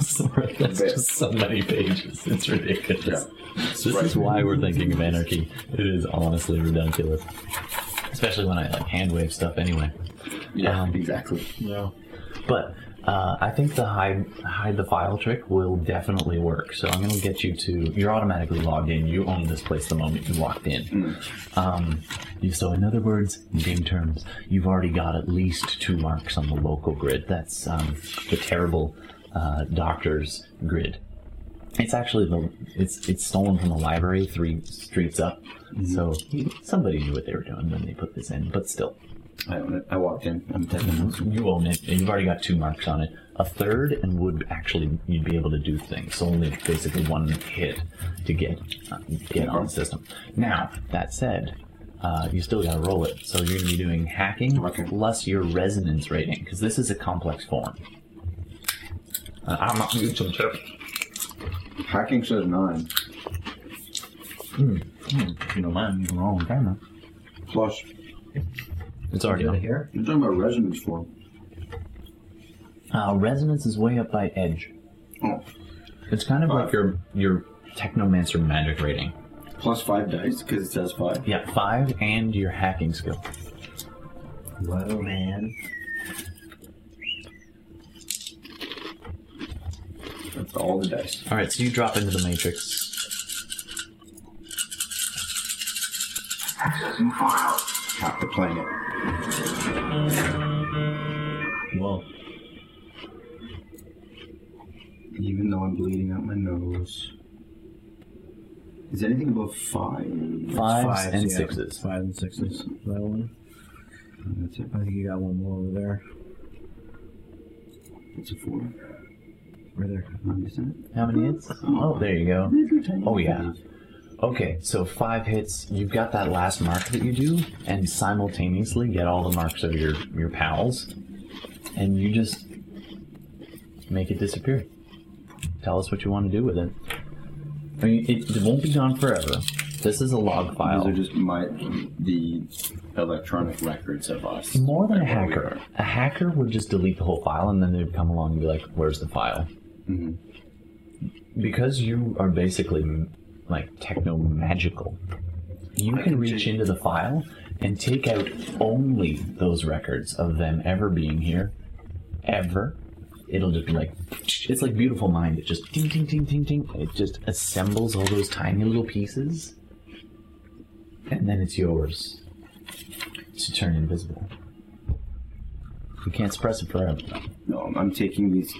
S3: Sorry, that's just so many pages. It's ridiculous. This
S1: Right.
S3: is why we're thinking of anarchy. It is honestly ridiculous. Especially when I like hand wave stuff anyway.
S4: Yeah,
S3: Um,
S4: exactly.
S6: Yeah.
S3: But uh, I think the hide hide the file trick will definitely work. So I'm going to get you to. You're automatically logged in. You own this place the moment you walked in. Um, you- so in other words, in game terms, you've already got at least two marks on the local grid. That's um, the terrible uh, doctor's grid. It's actually the it's it's stolen from the library three streets up. So somebody knew what they were doing when they put this in, but still.
S4: I own it. I walked in. I'm taking this.
S3: You own it, and you've already got two marks on it. A third, and would actually you'd be able to do things. So only basically one hit to get uh, get on the system. Now that said, uh, you still got to roll it. So you're going to be doing hacking plus your resonance rating because this is a complex form. Uh, I'm not using some chip.
S4: Hacking says nine.
S3: Hmm, You know, mine you can roll on camera.
S4: Plus,
S3: It's already on.
S5: here.
S4: you're talking about resonance form.
S3: Uh, resonance is way up by edge.
S4: Oh,
S3: It's kind of like your your technomancer magic rating.
S4: plus five dice because it says five.
S3: Yeah, five and your hacking skill.
S5: Whoa, man.
S4: That's all the dice.
S3: All right, so you drop into the matrix.
S4: Half the planet.
S3: Whoa.
S4: Even though I'm bleeding out my nose. Is anything above five?
S3: Fives,
S5: Fives
S3: and
S5: yeah.
S3: sixes.
S5: Five and sixes. That one.
S4: That's it.
S5: I think you got one more over there.
S4: It's a four.
S5: Right there.
S4: I'm just saying.
S3: How many hits? Oh, there you go. Oh, yeah. Okay, so five hits. You've got that last mark that you do, and simultaneously get all the marks of your, your pals, and you just make it disappear. Tell us what you want to do with it. I mean, it, it won't be gone forever. This is a log file.
S4: Those are just my the electronic records of us.
S3: More than a
S4: Like where we
S3: hacker.
S4: are.
S3: A hacker would just delete the whole file and then they'd come along and be like, where's the file?
S4: Mm-hmm.
S3: Because you are basically m- like techno magical, you can reach into the file and take out only those records of them ever being here, ever. It'll just be like, it's like beautiful mind. It just ding, ding, ding, ding, ding. It just assembles all those tiny little pieces, and then it's yours to turn invisible. You can't suppress it forever.
S4: No, I'm, I'm taking these.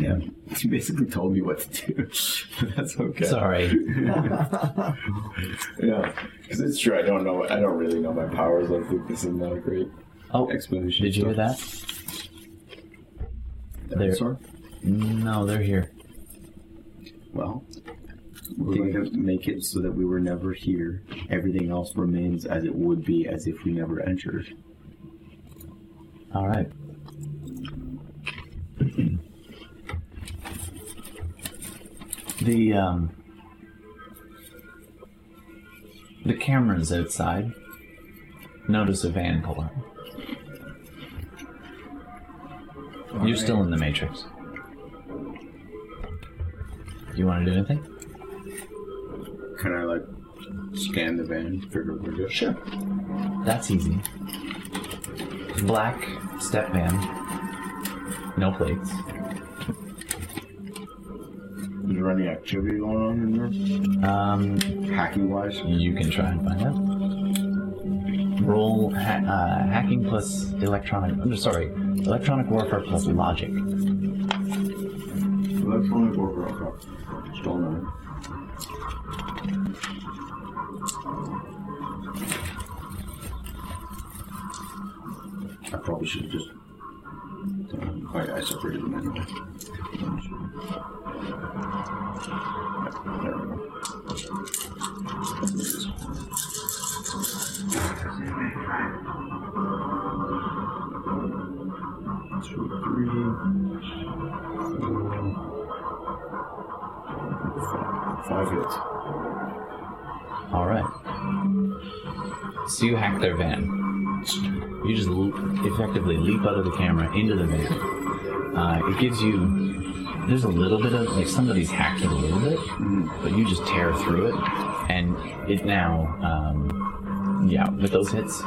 S4: Yeah, you basically told me what to do. That's okay.
S3: Sorry.
S4: Yeah, because it's true. I don't know. I don't really know my powers. I think this is not a great
S3: Oh,
S4: explanation.
S3: did you hear that? There.
S4: Sorry.
S3: No, they're here.
S4: Well, we're going to make it so that we were never here. Everything else remains as it would be, as if we never entered.
S3: All right. the um, the cameras outside notice a van pull up. You're still in the matrix. You want to do anything?
S4: Can I like scan the van, figure out where to go?
S3: Sure. That's easy. Black step van. No plates.
S4: Is there any activity going on in
S3: Um,
S4: there? Hacking wise?
S3: you can try and find out. Roll ha- uh, hacking plus electronic. I'm sorry, electronic warfare plus logic.
S4: Electronic worker, okay. Still none. I probably should have just. Um, I, I separated them anyway. There we go. Two, three, four, Five hits.
S3: All right. So you hack their van. You just l- effectively leap out of the camera into the van. Uh, it gives you there's a little bit of like somebody's hacked it a little bit, but you just tear through it, and it now, um, yeah, with those hits,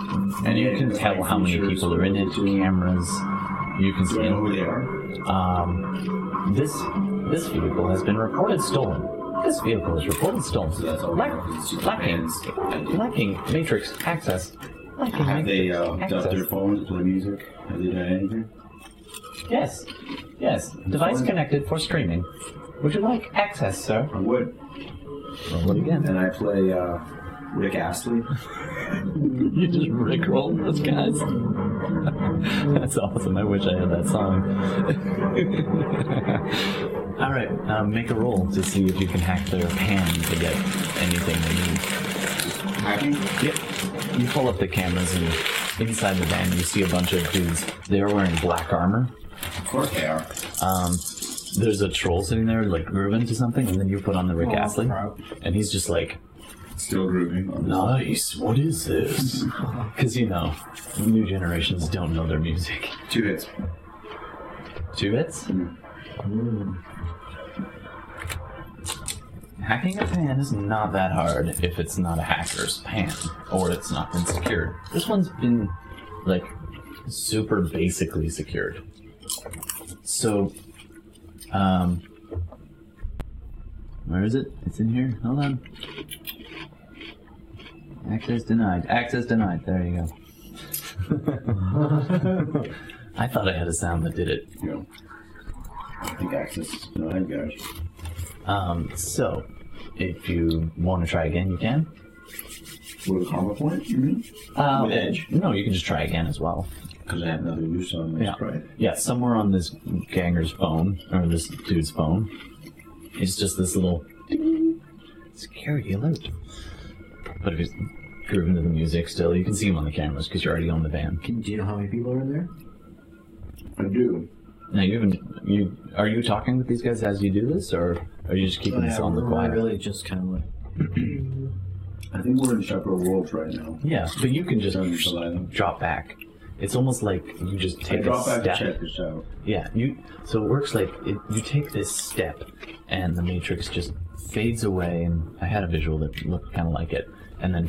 S3: and you can tell how many people are in it, cameras, you can
S4: Do I
S3: see.
S4: know who they are?
S3: Um, this this vehicle has been reported stolen. This vehicle is reported stolen.
S4: that's all we
S3: Lack-
S4: know is it's just
S3: lacking,
S4: fans.
S3: lacking matrix access. Lacking
S4: Have they
S3: matrix
S4: uh, dubbed their
S3: access.
S4: phones, play music? Have they done anything?
S3: Yes, yes. Device
S4: fine.
S3: connected for streaming. Would you like access, sir?
S4: I would.
S3: Roll it again.
S4: And I play uh, Rick Astley.
S3: You just rickroll those guys. That's awesome. I wish I had that song. All right, um, make a roll to see if you can hack their pan to get anything they need.
S4: Hacking?
S3: Yep. You pull up the cameras and inside the van you see a bunch of dudes. They're wearing black armor.
S4: Of course they are.
S3: Um, there's a troll sitting there like grooving to something, and then you put on the Rick Astley, and he's just like,
S4: Still grooving.
S3: "Nice, what is this?" Because you know, new generations don't know their music.
S4: Two hits.
S3: Two hits. Hacking a pan is not that hard if it's not a hacker's pan or it's not been secured. This one's been like super basically secured. So, um, where is it? It's in here. Hold on. Access denied. Access denied. There you go. I thought I had a sound that did it.
S4: You know. I think access is denied, guys.
S3: Um, so, if you want to try again, you can.
S4: With a karma point? Mm-hmm.
S3: Uh,
S4: With Edge?
S3: No, you can just try again as well.
S4: Because I have nothing loose on my
S3: Yeah.
S4: sprite.
S3: Yeah, somewhere on this ganger's phone, or this dude's phone, it's just this little ding, security alert. But if he's grooving to the music still, you can see him on the cameras because you're already on the van.
S5: Can, do you know how many people are in there?
S4: I do.
S3: Now, you haven't. You, are you talking with these guys as you do this, or are you just keeping this on the
S5: Oh, we're
S3: quiet?
S5: really just kind of like
S4: I think we're in separate worlds right now.
S3: Yeah, but you can just
S4: Don't rely on them.
S3: drop back. It's almost like you just
S4: I
S3: take a
S4: drop back
S3: step.
S4: to check this out.
S3: Yeah, you. So it works like it, you take this step, and the matrix just fades away. And I had a visual that looked kind of like it, and then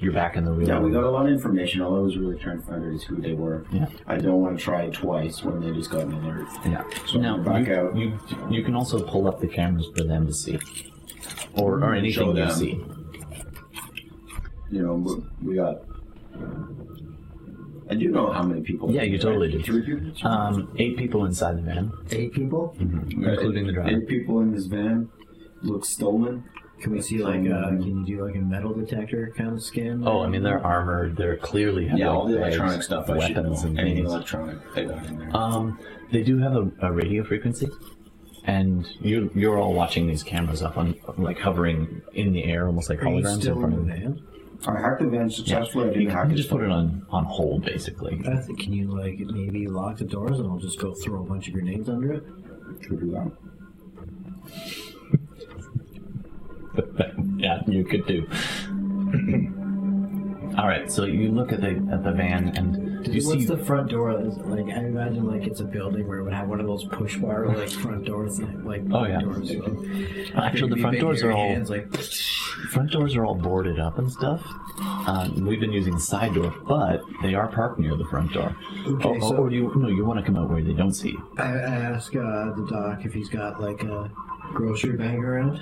S3: you're back in the real.
S4: Yeah, we
S3: world.
S4: got a lot of information. All I was really trying to find out is who they were.
S3: Yeah.
S4: I don't want to try it twice when they just got an alert.
S3: Yeah.
S4: So
S3: now
S4: back
S3: you,
S4: out.
S3: you you can also pull up the cameras for them to see, or or
S4: Mm-hmm. Show
S3: anything you
S4: them.
S3: see.
S4: You know, we- we got. I do know how many people.
S3: Yeah, you totally do.
S4: Three people,
S3: Um, eight people inside the van,
S5: eight people.
S3: including the driver.
S4: Eight people in this van look stolen.
S5: Can we see like uh can you do like a metal detector kind of scan?
S3: Oh, I mean they're armored. They're clearly have
S4: Yeah, all the
S3: like, bags,
S4: electronic stuff. I should know.
S3: weapons and
S4: Anything
S3: things.
S4: electronic, they got in there.
S3: Um, they do have a, a radio frequency, and you you're all watching these cameras up on like hovering in the air, almost like
S5: are you
S3: holograms in
S5: still
S3: front of
S5: in the
S3: them.
S5: van?
S4: I hacked the van successfully. I
S3: You
S4: didn't hack
S3: can
S4: it.
S3: just put it on on hold, basically.
S5: I think can you like maybe lock the doors and I'll just go throw a bunch of grenades under it?
S4: Could do that.
S3: yeah, you could do. all right, so you look at the at the van, and you
S5: What's
S3: see
S5: the front door? Is it, like I imagine like it's a building where it would have one of those push bar like front doors like, like
S3: Oh, yeah.
S5: doors.
S3: actually the
S5: Maybe
S3: front
S5: big
S3: doors are
S5: hairy
S3: all
S5: hands, like
S3: front doors are all boarded up and stuff. Um, we've been using the side door, but they are parked near the front door.
S5: Okay,
S3: Oh,
S5: so-
S3: or you no, you want to come out where they don't see you.
S5: I, I ask uh, the doc if he's got like a grocery bag around.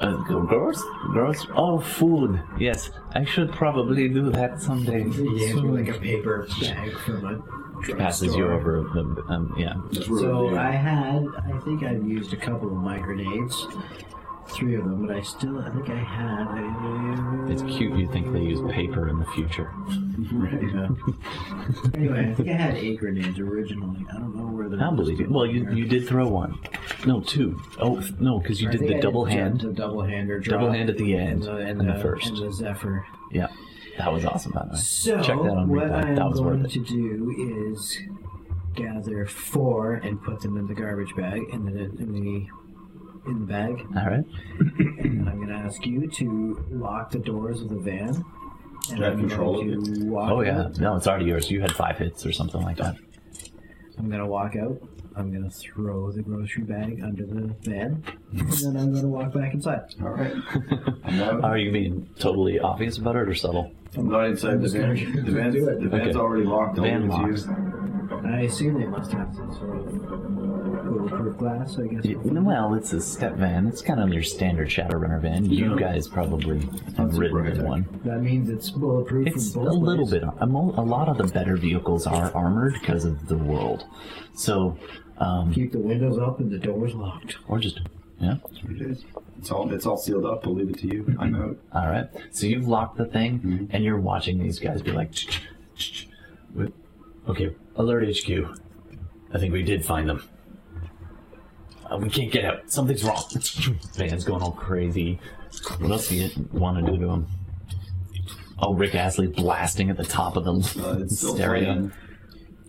S3: Uh, girls? Girls? Oh, food. Yes, I should probably do that someday.
S5: He hands me
S3: Soon.
S5: like a paper bag from a drugstore.
S3: passes you over the um, yeah.
S4: That's where we
S5: So
S4: were.
S5: I had, I think I've used a couple of my grenades, three of them, but I still, I think I had. uh,
S3: It's cute. You think they use paper in the future?
S5: Yeah. anyway, I think I had eight grenades originally. I don't know where the.
S3: I don't believe it. Well, you you did throw one. No, two. Oh f- no, because you
S5: I
S3: did
S5: think
S3: the
S5: I
S3: double
S5: the-
S3: hand.
S5: The double hand or drop
S3: Double hand at the
S5: and
S3: end
S5: the,
S3: and
S5: and
S3: the first.
S5: and the Zephyr.
S3: Yeah, that was awesome. By the way,
S5: So
S3: check that on
S5: what I
S3: replay.
S5: am
S3: That was
S5: going
S3: worth it.
S5: to do is gather four and put them in the garbage bag and then in the in the bag.
S3: All right.
S5: And I'm going to ask you to lock the doors of the van. And
S4: I
S5: I'm
S4: control
S5: going to walk
S3: Oh yeah.
S5: out.
S3: No, it's already yours. You had five hits or something like that.
S5: I'm I'm gonna walk out. I'm gonna throw the grocery bag under the van, and then I'm gonna walk back inside.
S4: All right. I'm not,
S3: Are you being totally obvious about it or subtle?
S4: I'm not inside the van. The van's, the van's
S3: Okay.
S4: already locked. Don't
S3: Van
S4: lose
S3: locks.
S4: you.
S5: I assume they must have some sort of bulletproof glass, I guess.
S3: Yeah, Well, it's a step van. It's kind of your standard Shadowrunner van. You guys probably have ridden in one.
S5: That means it's bulletproof.
S3: It's a
S5: from both
S3: little
S5: ways.
S3: bit. A mo- a lot of the better vehicles are armored because of the world. So, um,
S5: Keep the windows up and the doors locked.
S3: or just yeah.
S4: That's what it is. It's all it's all sealed up. I'll leave it to you. I'm out.
S3: All right. So you've locked the thing,
S4: Mm-hmm.
S3: and you're watching these guys be like, "Ch- ch- ch- ch." Wait, okay, alert HQ. I think we did find them. Uh, we can't get out. Something's wrong. Van's going all crazy. What else do you want to do to him? Oh, Rick Astley blasting at the top of the
S4: Uh, it's still
S3: stereo.
S4: playing.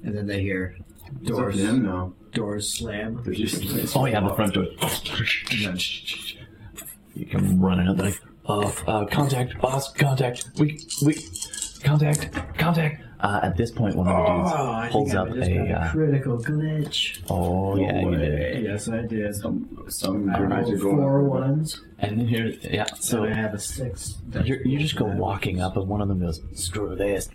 S5: And then they hear
S4: It's up
S5: doors
S4: to him now.
S5: doors slam.
S4: They're just. it's
S3: Oh yeah, the
S4: locked.
S3: front door. You come running up like, uh, uh, contact, boss, contact, we, we, contact, contact. Uh, at this point, one of the dudes
S5: Oh, I
S3: holds
S5: think
S3: up
S5: I just got
S3: a.
S5: a
S3: Uh,
S5: critical glitch.
S3: oh yeah, you did. it.
S5: Yes, I did.
S4: Some some
S5: I
S4: grenades are
S5: rolled
S4: going.
S5: uh, four ones.
S3: And then here, yeah.
S5: So
S3: So
S5: I have a six.
S3: you you just go walking up, and one of them goes, "Screw this."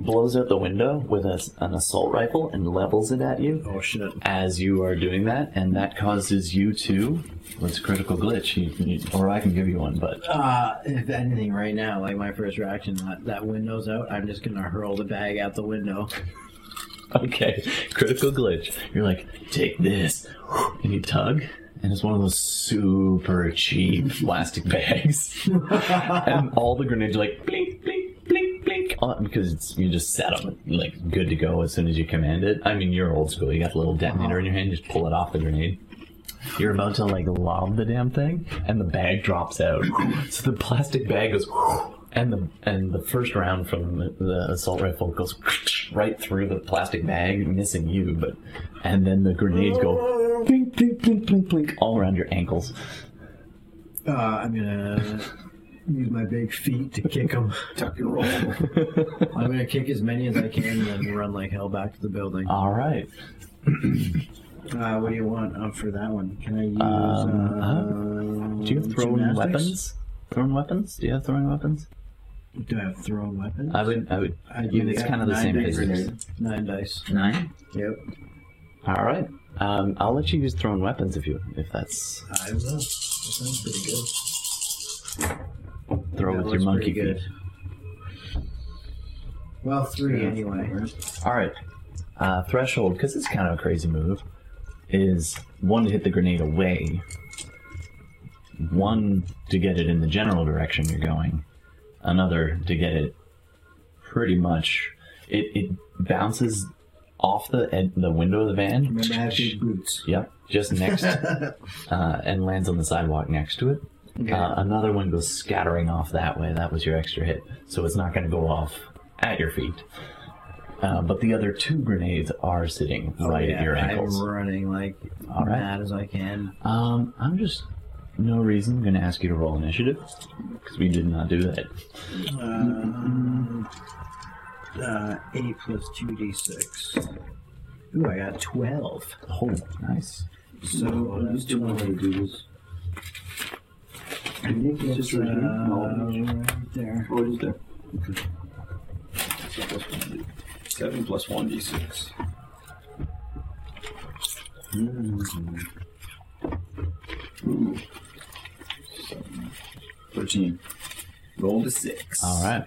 S3: Blows out the window with a, an assault rifle and levels it at you.
S5: Oh shit!
S3: as you are doing that, and that causes you to. Well, it's a critical glitch, you, you, or I can give you one, but
S5: Uh, if anything, right now, like my first reaction, that, that window's out. I'm just gonna hurl the bag out the window.
S3: okay, critical glitch. You're like, take this, and you tug, and it's one of those super cheap plastic bags, and all the grenades are like blink, blink, blink, blink, on because it's, you just set them like good to go as soon as you command it. I mean, you're old school. You got the little detonator in your hand, just pull it off the grenade. You're about to like lob the damn thing, and the bag drops out. so the plastic bag goes, and the and the first round from the, the assault rifle goes right through the plastic bag, missing you. But and then the grenades go, blink, blink, blink, blink, blink, all around your ankles.
S5: Uh, I'm gonna use my big feet to kick him.
S4: Tuck and roll.
S5: I'm gonna kick as many as I can, and then run like hell back to the building.
S3: All right,
S5: Uh, what do you want uh, for that one? Can I use?
S3: Um,
S5: uh,
S3: do you have thrown
S5: gymnastics?
S3: weapons? Thrown weapons? Do you have throwing weapons?
S5: Do I have thrown weapons?
S3: I would. I would.
S5: I do,
S3: It's
S5: yeah.
S3: kind of the
S5: Nine
S3: same
S5: dice.
S3: physics.
S5: Nine dice.
S3: Nine.
S5: Yep.
S3: All right. Um, I'll let you use thrown weapons if you if that's
S5: I will. That sounds pretty good.
S3: throw
S5: That
S3: with your
S5: looks
S3: monkey
S5: pretty
S3: feet.
S5: good. Well, three anyway.
S3: All right. Uh, threshold, because it's kind of a crazy move, is one to hit the grenade away, one to get it in the general direction you're going, another to get it pretty much. It, it bounces off the ed- the window of the van.
S5: My magic boots.
S3: Yep, just next, uh, and lands on the sidewalk next to it. Uh, another one goes scattering off that way. That was your extra hit, so it's not going to go off at your feet. Uh, but the other two grenades are sitting
S4: Oh,
S3: right at your ankles.
S5: Oh, I'm running like
S3: All right.
S5: mad as I can.
S3: Um, I'm just no reason going to ask you to roll initiative because we did not do that.
S5: Uh, eight plus two d six. Ooh, I got twelve.
S3: Oh, nice.
S5: So uh, that's
S4: Just do one way to do this. I think it's just
S5: uh,
S4: right here. No,
S5: right there.
S4: Oh, it is there. Okay. So plus one D- Seven plus one d six. Hmm. Ooh. Seven. Thirteen. Roll to six.
S3: All right.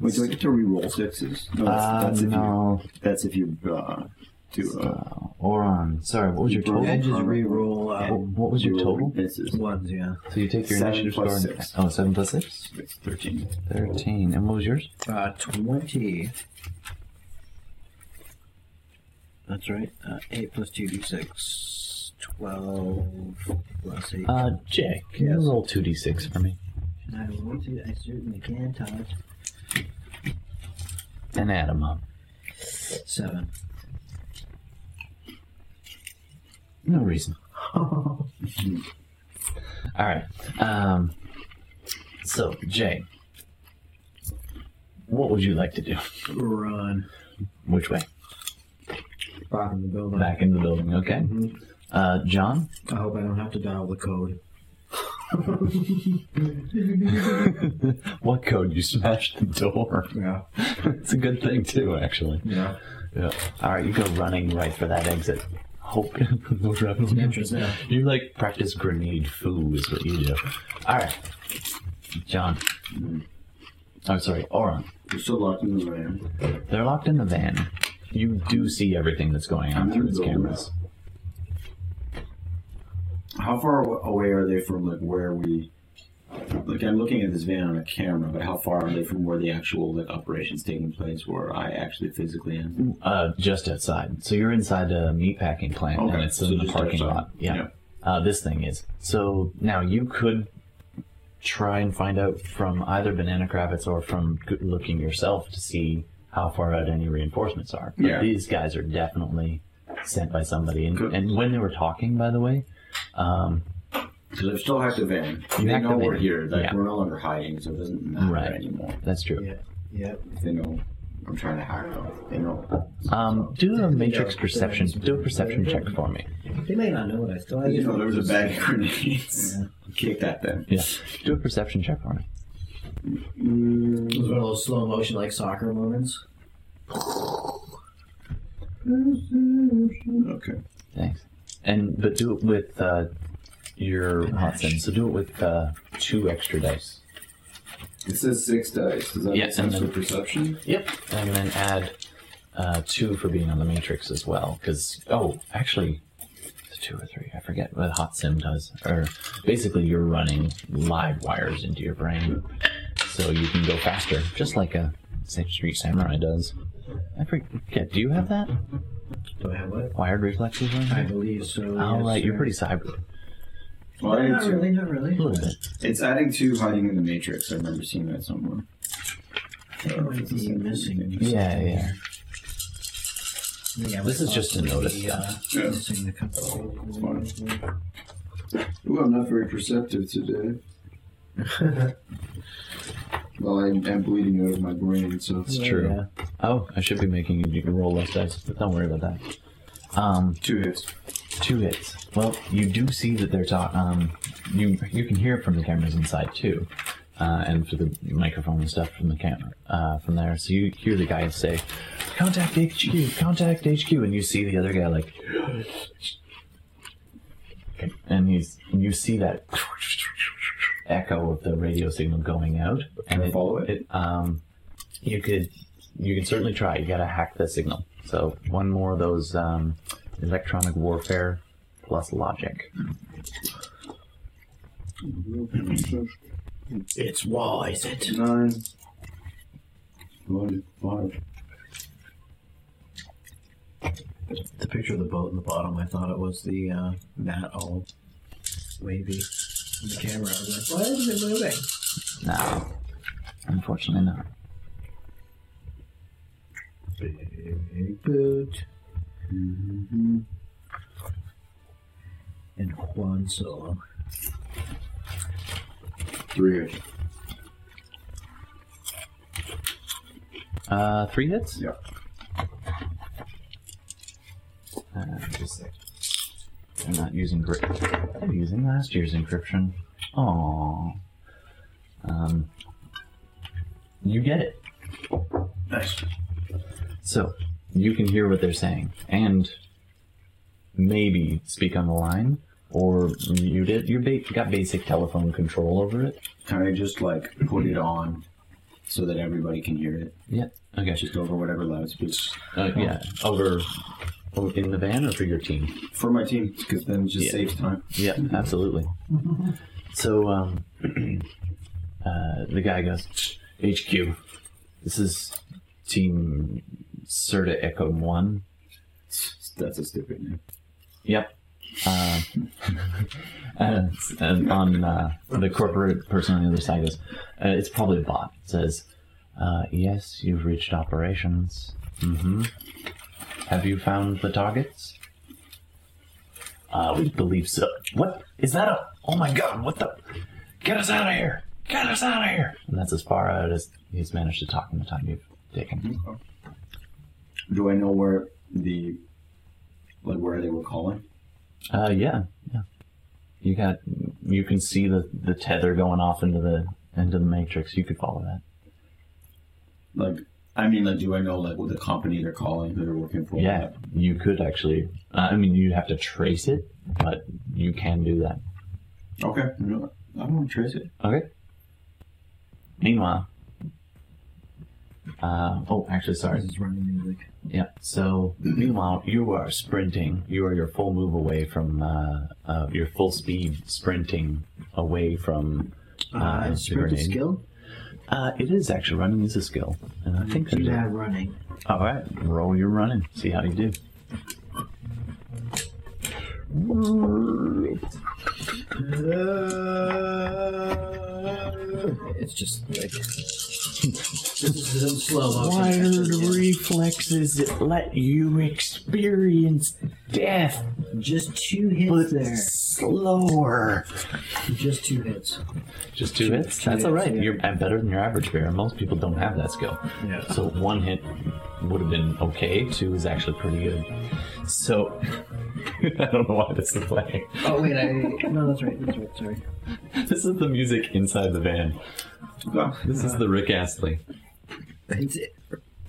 S4: Wait, do I get to re-roll sixes? No, that's,
S3: Uh,
S4: that's if you.
S3: no,
S4: That's if you uh, do. Uh,
S3: Oron. Sorry, what was your total?
S5: I just re-roll uh,
S3: What what was your total?
S4: Misses.
S5: ones. Yeah,
S3: So you take your
S4: Seven
S3: initiative
S4: plus
S3: score. and-
S4: six.
S3: Oh, seven plus six.
S4: It's Thirteen.
S3: Thirteen. And what was yours?
S5: uh, twenty.
S3: That's right.
S5: Uh, eight plus two d six. Twelve plus eight.
S3: Uh, Jay, can you roll two d six for me?
S5: I want to. I certainly can, Todd.
S3: And add them up.
S5: Seven.
S3: No reason. All right. Um. So Jay, what would you like to do?
S5: Run.
S3: Which way?
S5: back in the building.
S3: Back in the building, okay. Uh, John?
S5: I hope I don't have to dial the code.
S3: what code? You smashed the door.
S5: Yeah.
S3: it's a good thing, too, actually.
S5: Yeah.
S3: Yeah. All right, you go running right for that exit. Hope no traffic.
S5: Entrance now.
S3: You like practice grenade foo is what you do. All right, John. Oh, sorry, Oran.
S4: You're still locked in the van.
S3: They're locked in the van. You do see everything that's going on through its cameras.
S4: How far aw- away are they from like where we? Like I'm looking at this van on a camera, but how far are they from where the actual like operations taking place, where I actually physically am?
S3: Uh, just outside. So you're inside a meatpacking plant, and
S4: Okay,
S3: it's
S4: so
S3: in the
S4: just
S3: parking
S4: outside.
S3: lot. Yeah.
S4: Yeah.
S3: Uh, this thing is. So now you could try and find out from either Banana Kravitz or from good looking yourself to see how far out any reinforcements are. But
S4: Yeah.
S3: These guys are definitely sent by somebody. And,
S4: Good.
S3: and when they were talking, by the way, um,
S4: Because I've still hacked the van.
S3: You
S4: they
S3: hacked
S4: know
S3: the
S4: we're
S3: van.
S4: here. Like
S3: Yeah.
S4: we're no longer hiding, so it doesn't matter
S3: Right.
S4: anymore.
S3: that's true.
S5: Yeah. Yeah.
S4: If they know I'm trying to hack them, they know.
S3: Um, do a matrix
S5: Yeah.
S3: perception. Do a perception check for me.
S5: They may not know what I still have.
S4: You know, there was a bag of grenades. Kick that then.
S3: Yeah. Do a perception check for me.
S4: Mm,
S5: It was one of those slow motion like soccer moments.
S4: Okay.
S3: Thanks. And but do it with uh, your hot sense. So do it with uh, two extra dice.
S4: It says six dice. Does that
S3: Yeah,
S4: make sense
S3: and
S4: for
S3: then-
S4: perception?
S3: Yep. And then add uh, two for being on the matrix as well. Because oh, actually, it's two or three. I forget what hot sim does. Or basically, you're running live wires into your brain, so you can go faster, just like a Street Samurai does. I forget. Do you have that
S5: Do I have what?
S3: wired reflexes?
S5: I
S3: All
S5: believe so.
S3: oh,
S5: yes,
S3: right. You're
S5: sir.
S3: pretty cyber.
S4: Well, I
S5: Not
S4: did too.
S5: really, not really.
S3: A little bit.
S4: It's adding two hiding in the matrix. I remember seeing that somewhere.
S5: I think might be missing.
S3: Yeah, yeah.
S5: Yeah,
S3: This is just a notice.
S4: Yeah.
S5: uh, Missing the couple.
S4: Ooh, I'm not very perceptive today. well, I am bleeding out of my brain, so it's
S3: It's true. Oh, I should be making you roll less dice, but don't worry about that. Um,
S4: two hits.
S3: two hits. Well, you do see that they're talking. Um, you you can hear it from the cameras inside too, uh, and through the microphone and stuff from the camera uh, from there. So you hear the guy say, "Contact HQ, contact HQ," and you see the other guy like, and he's you see that echo of the radio signal going out.
S4: Can I
S3: it-
S4: follow it?
S3: it um, you could you can certainly try. You gotta hack the signal. So one more of those um, electronic warfare plus logic.
S5: It's wall, is it?
S4: Nine. One, five.
S5: The picture of the boat in the bottom, I thought it was the uh, mat all wavy. In the camera, I was like, why isn't it moving?
S3: No, unfortunately not.
S5: Big boot. And Juan Solo.
S4: Three hits.
S3: Uh, three hits.
S4: Yeah.
S3: Uh, just a sec. I'm not using great. I'm using last year's encryption. Aww. Um, you get it.
S4: Nice.
S3: So you can hear what they're saying and maybe speak on the line or you did you ba- got basic telephone control over it.
S4: Can I just like put it on so that everybody can hear it?
S3: Yeah. Okay.
S4: Just over whatever loudspeaker.
S3: Uh, yeah. Over, over in the van or for your team.
S4: For my team, because then it just
S3: Yeah.
S4: saves time.
S3: Yeah, absolutely. so um, uh, the guy goes, HQ, this is Team Serta Echo 1.
S4: That's a stupid name.
S3: Yep. Uh, and, and on uh, the corporate person on the other side goes, uh, it's probably a bot. It says, uh, yes, you've reached operations. hmm Have you found the targets? Uh, we believe so. What? Is that a... Oh my god, what the... Get us out of here! Get us out of here! And that's as far out as he's managed to talk in the time you've taken.
S4: Do I know where the like where they were calling?
S3: Uh, yeah, yeah. You got. You can see the the tether going off into the into the matrix. You could follow that.
S4: Like, I mean, like, do I know like what the company they're calling, who they're working for?
S3: Yeah, you could actually. I mean, you have to trace it, but you can do that.
S4: Okay. You know what? I want to trace it.
S3: Okay. Meanwhile, uh, oh, actually, sorry.
S5: This is running music.
S3: Yeah. So meanwhile, you are sprinting. You are your full move away from uh, uh, your full speed sprinting away from.
S5: Uh,
S3: the
S5: sprint
S3: grenade.
S5: is skill.
S3: Uh, it is actually running is a skill, and I think that
S5: You
S3: is-
S5: have running.
S3: All right, roll your running. See how you do. Uh,
S5: It's just like this is in slow
S3: Wired
S5: motion.
S3: reflexes that let you experience death,
S5: Just two
S3: but
S5: hits there.
S3: slower.
S5: Just two hits.
S3: Just two hits.
S5: Two
S3: That's all right.
S5: hits, yeah.
S3: You're I'm better than your average bear. Most people don't have that skill.
S5: Yeah.
S3: So one hit would have been okay. Two is actually pretty good. So I don't know why this is playing.
S5: Oh wait, I no, that's right. That's right. Sorry.
S3: This is the music inside the van.
S4: Okay.
S3: This is the Rick Astley.
S5: It's it.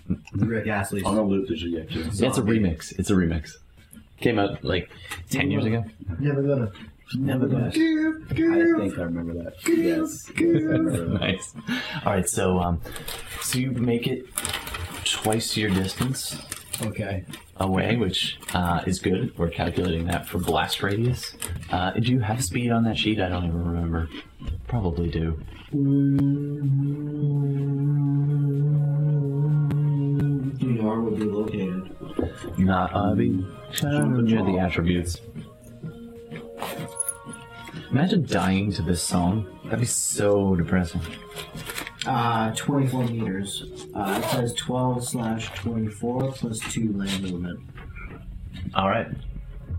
S5: Oh, Rick Astley.
S4: I'm gonna loop this again.
S3: It's a remix. It's a remix. Came out like ten years ago.
S5: Never gonna. Never gonna.
S4: I think I remember that. Yes. I remember that.
S3: nice. All right, so um, so you make it twice your distance
S5: Okay.
S3: away, which uh, is good. We're calculating that for blast radius. Uh, do you have speed on that sheet? I don't even remember. Probably do.
S5: DR would be located.
S3: Not uh, be near the attributes. Imagine dying to this song. That'd be so depressing.
S5: Uh, 24 meters. Uh, it says 12 slash 24 plus 2 land movement.
S3: All right.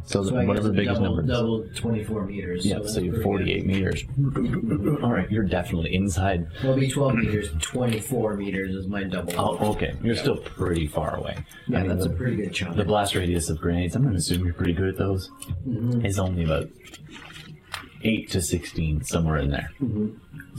S3: So,
S5: So I guess
S3: whatever the biggest
S5: double,
S3: number. is.
S5: double 24 meters.
S3: Yeah, so
S5: that's
S3: you're
S5: pretty
S3: 48 meters. All right, you're definitely inside.
S5: good. It'll be 12 meters. 24 meters is my double.
S3: Oh, okay. You're still pretty far away.
S5: yeah,
S3: I mean,
S5: that's a
S3: the,
S5: pretty good chunk.
S3: the blast radius of grenades. I'm going to assume you're pretty good at those. Is only about eight to 16, somewhere in there. So
S5: Mm-hmm.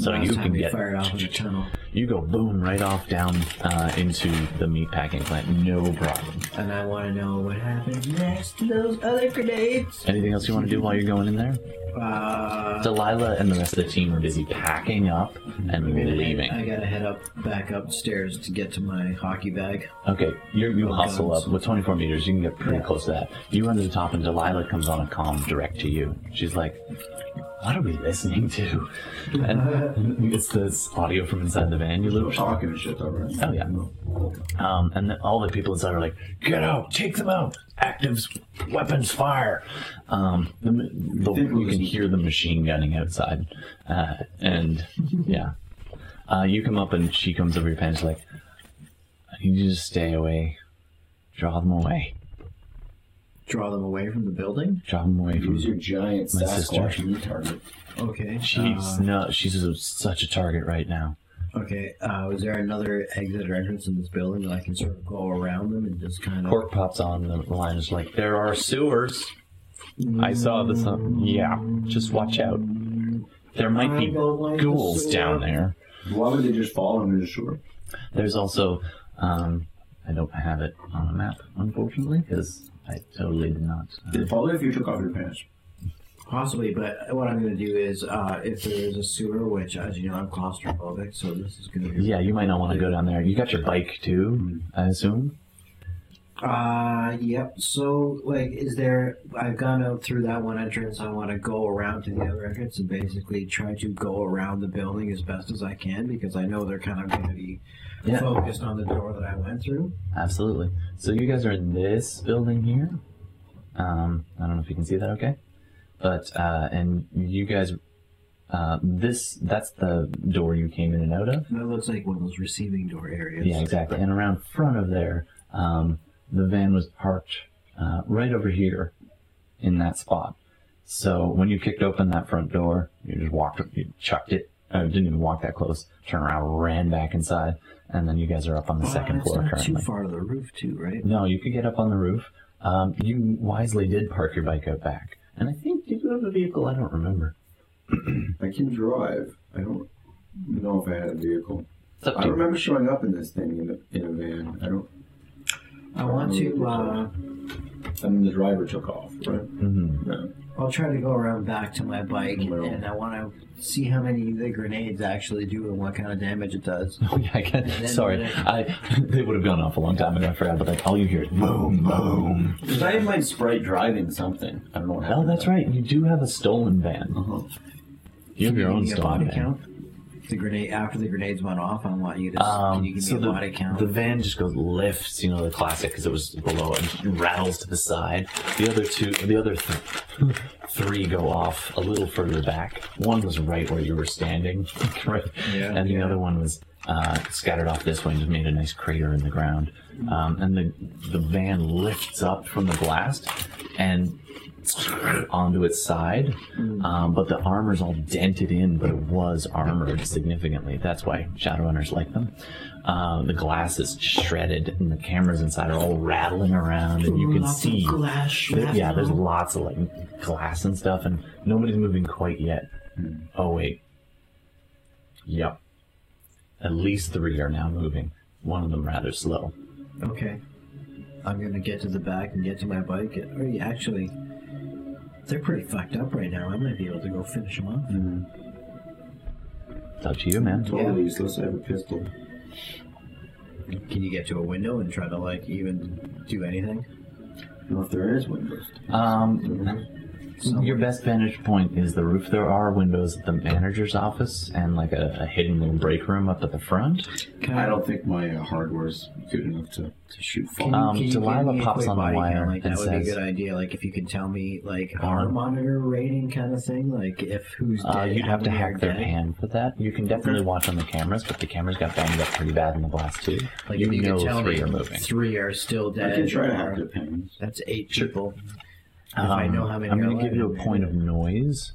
S5: Last
S3: you
S5: time
S3: can
S5: we
S3: get
S5: fired off in a tunnel,
S3: you go boom right off down uh, into the meat packing plant. No problem.
S5: and I want to know what happens next to those other grenades.
S3: Anything else you want to do while you're going in there?
S5: Uh,
S3: Delilah and the rest of the team are busy packing up and
S5: Mm-hmm.
S3: leaving.
S5: I gotta head up back upstairs to get to my hockey bag.
S3: Okay, you're, you hustle
S5: guns.
S3: up with 24 meters. You can get pretty
S5: Yeah.
S3: close to that. You run to the top, and Delilah comes on a comm direct to you. She's like, "What are we listening to?" And it's this audio from inside the van. You
S4: We're
S3: little.
S4: talking and shit though, right?
S3: Oh yeah. Um, and then all the people inside are like, "Get out! Take them out! Actives, weapons, fire!" Um, the, the, you can hear the machine gunning outside, uh, and yeah, uh, you come up and she comes over your pants like, "I need you to stay away. Draw them away.
S5: Draw them away from the building.
S3: Draw them away from
S4: Use your giant
S3: My sister.
S4: Sasquatch new target.
S5: Okay. Uh.
S3: She's no, she's a, such a target right now.
S5: Okay, uh, is there another exit or entrance in this building that I can sort of go around them and just kind of.
S3: Cork pops on the line. Is like, "There are sewers.
S5: Mm,
S3: I saw this. on- yeah, just watch out. There might be
S5: I don't like the
S3: ghouls
S5: sewer.
S3: down there.
S4: Why would they just fall under the shore?
S3: There's also, um, I don't have it on a map, unfortunately, because I totally did not. uh,
S4: They'd fall if you took off your pants.
S5: Possibly, but what I'm going to do is uh, if there is a sewer, which, as you know, I'm claustrophobic, so this is going to be.
S3: yeah, you might not want to go down there. You got your bike too, I assume.
S5: Uh, yep. So, like, is there. I've gone out through that one entrance. I want to go around to the other entrance and basically try to go around the building as best as I can because I know they're kind of going to be
S3: Yeah.
S5: focused on the door that I went through.
S3: Absolutely. So you guys are in this building here. Um, I don't know if you can see that okay, but uh, and you guys, uh, this that's the door you came in and out of.
S5: And that looks like one of those receiving door areas.
S3: Yeah, exactly. And around front of there, um, the van was parked uh, right over here in that spot. So when you kicked open that front door, you just walked, you chucked it. Uh, didn't even walk that close. Turned around, ran back inside, and then you guys are up on the
S5: Uh,
S3: second
S5: it's
S3: floor
S5: not
S3: currently.
S5: Too far to the roof, too, right?
S3: No, you could get up on the roof. Um, you wisely did park your bike out back. And I think, did you have a vehicle? I don't remember.
S4: I can drive. I don't know if I had a vehicle.
S3: It's up
S4: I
S3: to you.
S4: remember showing up in this thing in a, in a van. I don't.
S5: I want to. Uh,
S4: And then the driver took off, right?
S3: Mhm.
S5: I'll try to go around back to my bike,
S4: Well.
S5: and I want to see how many the grenades actually do and what kind of damage it does.
S3: Oh, yeah, I
S5: then
S3: can, sorry,
S5: the-
S3: I they would have gone off a long time ago. I forgot, but like all you hear is boom, boom.
S4: Because I had my sprite driving something. I don't know what
S3: Oh, that's right. You do have a stolen van.
S4: Uh-huh.
S3: You have your
S5: Can
S3: own
S5: you give body
S3: stolen van.
S5: count? The grenade after the grenades went off, I want you to. can you
S3: Um,
S5: give
S3: so
S5: me a body
S3: the,
S5: count?
S3: the van just goes lifts, you know, the classic because it was below it, and rattles to the side. The other two, the other th- three go off a little further back. One was right where you were standing, right,
S5: Yeah.
S3: and the other one was uh, scattered off this way and just made a nice crater in the ground. Um, and the the van lifts up from the blast and onto its side,
S5: Hmm,
S3: um, but the armor's all dented in, but it was armored significantly. That's why Shadowrunners like them. Uh, the glass is shredded, and the cameras inside are all rattling around, and you can
S5: Lots of
S3: see.
S5: glass
S3: that- yeah, there's
S5: shrapnel.
S3: lots of like glass and stuff, and nobody's moving quite yet. Oh wait. Yep. At least three are now moving. One of them rather slow.
S5: Okay. I'm gonna get to the back and get to my bike. Or yeah, actually, they're pretty fucked up right now. I might be able to go finish them off.
S4: Mm-hmm.
S3: It's up to you, man.
S4: Totally useless. I have a pistol.
S5: Can you get to a window and try to like even do anything?
S4: I don't know if there is windows.
S3: Um, Your best vantage point is the roof. There are windows at the manager's office and like a, a hidden little break room up at the front.
S5: Can
S4: I don't think my uh, hardware's good enough to, to shoot
S5: Can
S4: fire.
S5: you,
S3: Um,
S5: can you give
S3: Delilah
S5: me a
S3: pops
S5: quick
S3: on the
S5: body
S3: wire
S5: count? Like,
S3: and
S5: that would be
S3: says-
S5: a good idea. Like if you can tell me like armor
S3: Arm.
S5: monitor rating kind of thing. Like if who's
S3: Uh,
S5: dead,
S3: you'd
S5: how
S3: have to
S5: many are
S3: hack their
S5: dead.
S3: hand for that. You can definitely watch on the cameras, but the cameras got banged up pretty bad in the blast too.
S5: Like
S3: you,
S5: if you
S3: know
S5: can tell
S3: three
S5: me
S3: are moving.
S5: three are still
S4: I
S5: dead.
S4: can try to
S5: or-
S4: hack the pins.
S5: That's eight
S3: Sure.
S5: people. Um, If I know how many
S3: am
S5: are
S3: going to
S5: alive,
S3: Um, give you a
S5: maybe.
S3: point of noise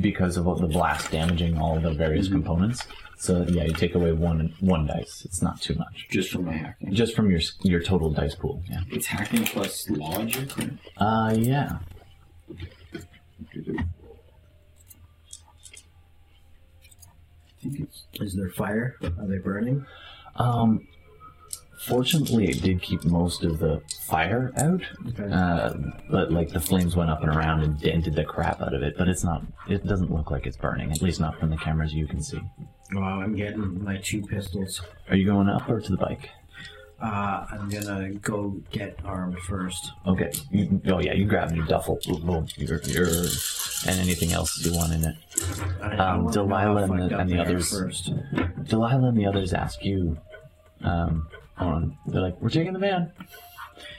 S3: because of what the blast damaging all the various
S5: Mm-hmm.
S3: components. So yeah, you take away one one dice. It's not too much.
S4: Just from my hacking.
S3: Just from your s- your total dice pool. Yeah.
S4: It's hacking plus logic.
S3: Uh yeah.
S4: I think it's
S5: Is there fire? Are they burning?
S3: Um, fortunately, it did keep most of the fire out,
S5: Okay.
S3: uh, but like the flames went up and around and dented the crap out of it. But it's not. It doesn't look like it's burning. At least not from the cameras you can see.
S5: Well, I'm getting my two pistols.
S3: Are you going up or to the bike?
S5: Uh, I'm gonna go get armed first.
S3: Okay. You, oh yeah, you grab your duffel, boom, boom, your, your, and anything else you want in it.
S5: I, I
S3: Um,
S5: wanna know how
S3: Delilah and
S5: fucked
S3: the-
S5: up
S3: and the
S5: they are
S3: others.
S5: first.
S3: Delilah and the others ask you, um, hold on. They're like, we're taking the van.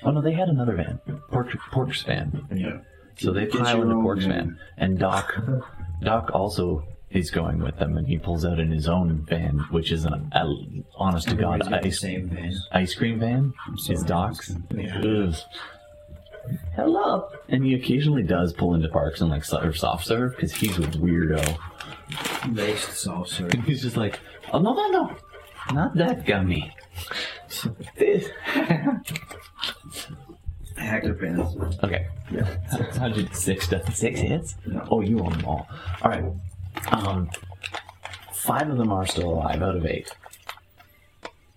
S3: Oh no, they had another van, Pork, Pork's van.
S4: Yeah.
S3: So they
S4: Get
S3: pile
S4: your
S3: into
S4: own
S3: Pork's
S4: van.
S3: van, and Doc, Doc also is going with them, and he pulls out in his own van, which is an a, honest to god
S5: Everybody's got the
S3: ice
S5: same van.
S3: ice cream van. Is Doc's.
S5: Yeah.
S3: Ugh. Hello. And he occasionally does pull into Parks and like serve soft serve because he's a weirdo.
S5: Laced saucer.
S3: And he's just like, oh no no no, not that gummy. This.
S4: hack the pins.
S3: Okay. How'd you six stuff? Six hits?
S4: Yeah.
S3: Oh, you own them all. All right. Um, five of them are still alive out of eight.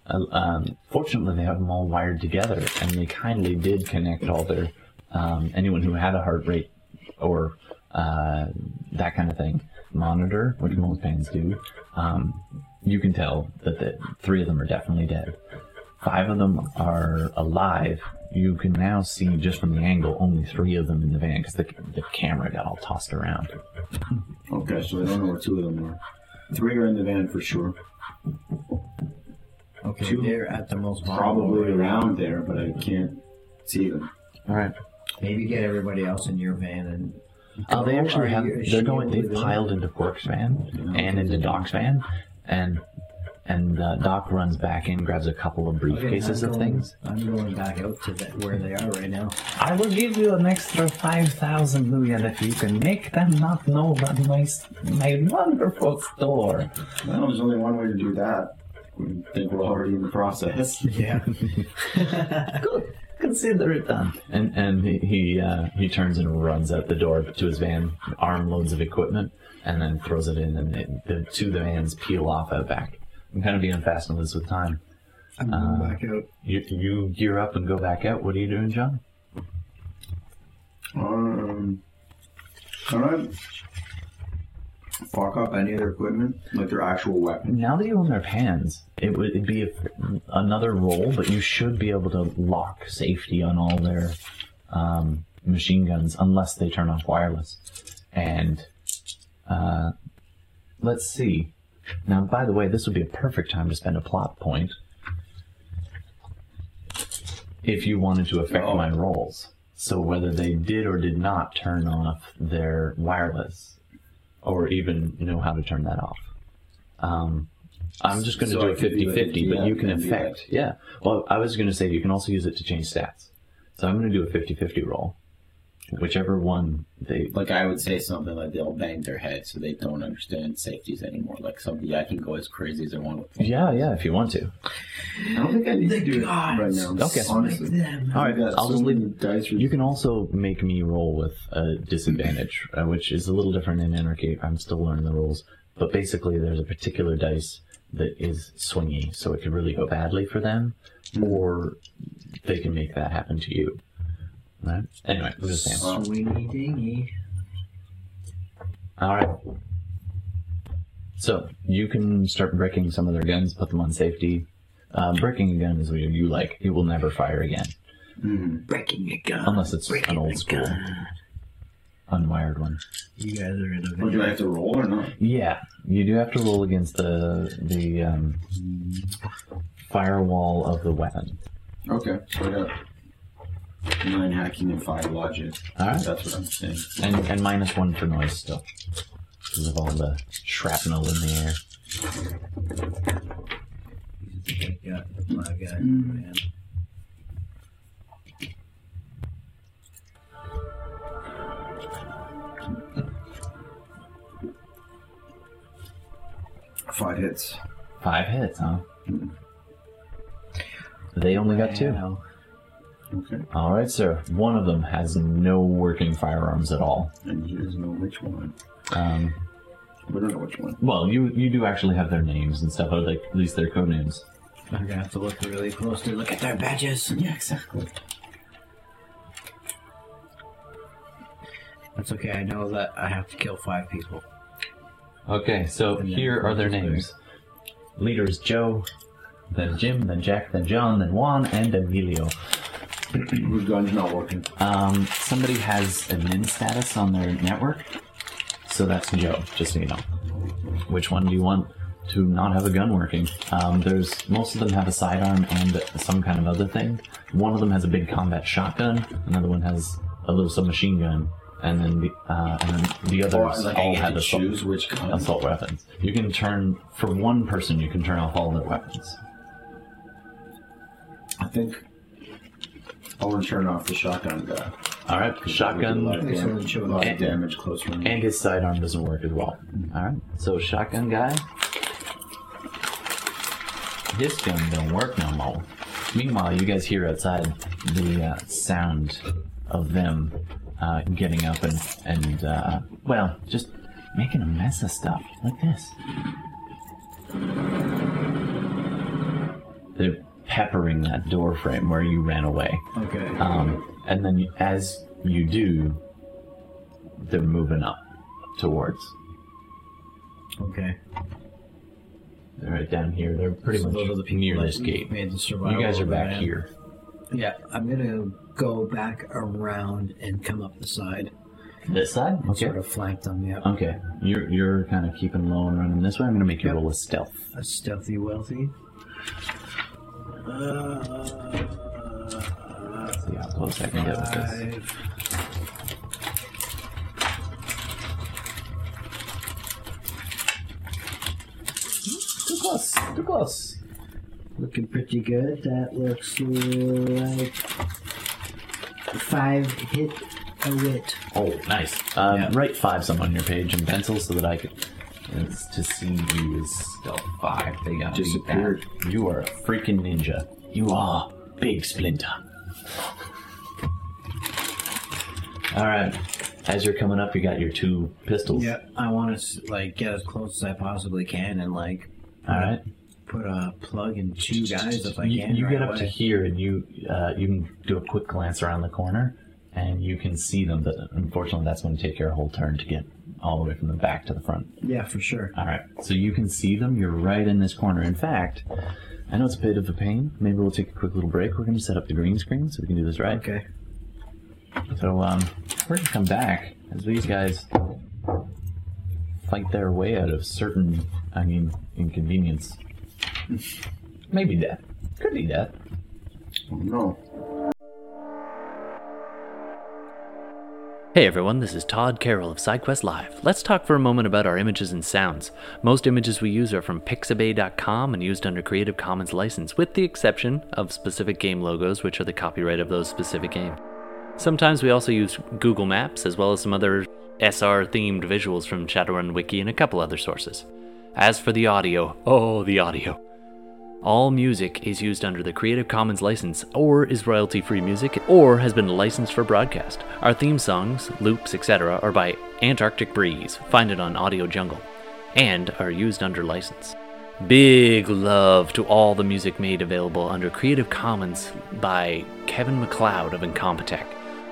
S3: Uh, um, fortunately, they have them all wired together, and they kindly did connect all their um, anyone who had a heart rate or uh, that kind of thing monitor, which most bands do. Um, you can tell that the three of them are definitely dead five of them are alive. You can now see just from the angle only three of them in the van because the, the camera got all tossed around.
S4: Okay, so I don't know where two of them are. Three are in the van for sure.
S5: Okay,
S4: Two.
S5: they're at the most vulnerable.
S4: Probably around there, but I can't see them.
S3: All right.
S5: Maybe get everybody else in your van and.
S3: Uh, they
S5: Are
S3: actually have.
S5: you- is
S3: They're
S5: she
S3: going.
S5: able to
S3: They've
S5: do that?
S3: piled into Quark's van and into Doc's van, and and uh, Doc runs back in, grabs a couple of
S5: Okay,
S3: briefcases
S5: I'm
S3: of
S5: going-
S3: things.
S5: I'm going back out to the, where they are right now.
S3: I will give you an extra five thousand Luyan if you can make them not know about my s- my wonderful store.
S4: Well, there's only one way to do that. We think we're already in the process.
S5: Yeah.
S3: Good. Good. Consider it done. And and he he, uh, he turns and runs out the door to his van, armloads of equipment, and then throws it in, and it, the two of the vans peel off out back. I'm kind of being fast and loose with time.
S5: I'm
S3: Uh,
S5: going back out.
S3: You you gear up and go back out. What are you doing, John?
S4: Um, all right. Fuck up any of their equipment, like their actual weapon.
S3: Now that you own their pans, it would be a, another roll, but you should be able to lock safety on all their um, machine guns unless they turn off wireless. And uh, let's see. Now, by the way, this would be a perfect time to spend a plot point if you wanted to affect my rolls. So whether they did or did not turn off their wireless, or even know how to turn that off. Um, I'm just going to
S4: So
S3: do
S4: I
S3: it
S4: could do
S3: 50 50,
S4: it,
S3: but
S4: yeah,
S3: you can
S4: and do that.
S3: affect. Yeah. Well, I was going to say you can also use it to change stats. So I'm going to do a 50 50 roll. Whichever one they.
S2: Like I would say something like they'll bang their head so they don't understand safeties anymore. Like something I can go as crazy as I want with.
S3: Yeah, yeah, if you want to.
S4: I don't think I need to do it
S5: gods.
S4: right now.
S3: Okay.
S4: Honestly.
S3: All right,
S4: I've got
S3: I'll
S4: so
S3: just
S4: many
S3: leave
S4: dice.
S3: You can also make me roll with a disadvantage, uh, which is a little different in Anarchy. I'm still learning the rules. But basically, there's a particular dice that is swingy, so it could really go badly for them, or they can make that happen to you. Right? Anyway, I'm just saying.
S5: Swingy dingy.
S3: All right. So you can start breaking some of their guns, put them on safety. Uh, breaking a gun is what you like. It will never fire again,
S2: Mm-hmm.
S5: Breaking a gun.
S3: unless it's an old school, unwired one.
S5: You guys are in a
S4: Well,
S5: video.
S4: do I have to roll or not?
S3: Yeah, you do have to roll against the the um, firewall of the weapon.
S4: Okay. So I got nine hacking and five logic.
S3: All right,
S4: That's what I'm saying.
S3: and and minus one for noise still because of all the shrapnel in the air.
S5: Wake up, my guy, man.
S4: Five hits.
S3: Five hits, huh? They only got two.
S5: Wow.
S4: Okay.
S3: All right, sir. One of them has no working firearms at all.
S4: And you guys know which one.
S3: Um,
S4: We don't know which one.
S3: well, you you do actually have their names and stuff, or like at least their code names.
S5: I'm gonna have to look really close to look at their badges.
S4: Yeah, exactly.
S5: That's okay. I know that I have to kill five people.
S3: Okay, so
S5: And then-
S3: here are their names. Leaders Joe, then Jim, then Jack, then John, then Juan, and Emilio.
S4: Whose gun's not working?
S3: Um, somebody has admin status on their network, so that's Joe, just so you know. Which one do you want to not have a gun working? Um, there's most of them have a sidearm and some kind of other thing. One of them has a big combat shotgun, another one has a little submachine gun, and then the, uh, and then the
S4: Or
S3: others
S4: like
S3: all
S4: I
S3: have
S4: have to
S3: a sub-
S4: choose which gun.
S3: assault weapons. You can turn for one person. You can turn off all their weapons.
S4: I think I want to turn off the shotgun guy.
S3: All right,
S4: A lot of
S3: shotgun
S5: Excellent
S4: damage, a
S5: choice.
S4: lot of
S3: And-
S4: damage close range.
S3: and his sidearm doesn't work as well. All right, so shotgun guy, his gun don't work no more. Meanwhile, you guys hear outside the uh, sound of them uh, getting up and and uh, well, just making a mess of stuff like this. They're peppering that door frame where you ran away.
S5: Okay.
S3: Um, and then you- as you do, they're moving up towards.
S5: okay.
S3: They're right down here. They're pretty
S5: So
S3: much
S5: those are the people
S3: near
S5: that
S3: this gate.
S5: Made the survival
S3: You guys are
S5: of the
S3: back
S5: van.
S3: here.
S5: Yeah, I'm gonna go back around and come up the side.
S3: This side? Okay.
S5: Sort of flank them. Yeah.
S3: Okay. You're you're kind of keeping low and running this way. I'm gonna make you
S5: Yep.
S3: roll a stealth.
S5: A stealthy wealthy. Uh,
S3: See how close I can get with this.
S5: five.
S3: Too close. Too close.
S5: Looking pretty good. That looks like five hit a wit.
S3: Oh, nice. Um,
S5: Yeah.
S3: Write fives up on your page in pencil so that I could. It's to see you is stealth five. They got
S4: Disappeared.
S3: You are a freaking ninja. You are Big Splinter. All right. As you're coming up, you got your two pistols.
S5: Yeah, I want to like get as close as I possibly can and like
S3: All right.
S5: put a plug in two guys if I
S3: you,
S5: can.
S3: you
S5: right
S3: get up to
S5: away.
S3: here and you uh, you can do a quick glance around the corner and you can see them but unfortunately that's going to take your whole turn to get all the way from the back to the front
S5: Yeah, for sure.
S3: all right so you can see them you're right in this corner in fact i know it's a bit of a pain maybe we'll take a quick little break we're going to set up the green screen so we can do this right
S5: Okay.
S3: so um, we're going to come back as these guys fight their way out of certain i mean inconvenience maybe death could be death
S2: No.
S10: Hey everyone, this is Todd Carroll of SideQuest Live. Let's talk for a moment about our images and sounds. Most images we use are from pixabay.com and used under Creative Commons license, with the exception of specific game logos, which are the copyright of those specific games. Sometimes we also use Google Maps, as well as some other SR themed visuals from Shadowrun Wiki and a couple other sources. As for the audio, oh, the audio. All music is used under the Creative Commons license or is royalty free music or has been licensed for broadcast. Our theme songs, loops, etc. are by Antarctic Breeze. Find it on Audio Jungle and are used under license. Big love to all the music made available under Creative Commons by Kevin McLeod of Incompetech.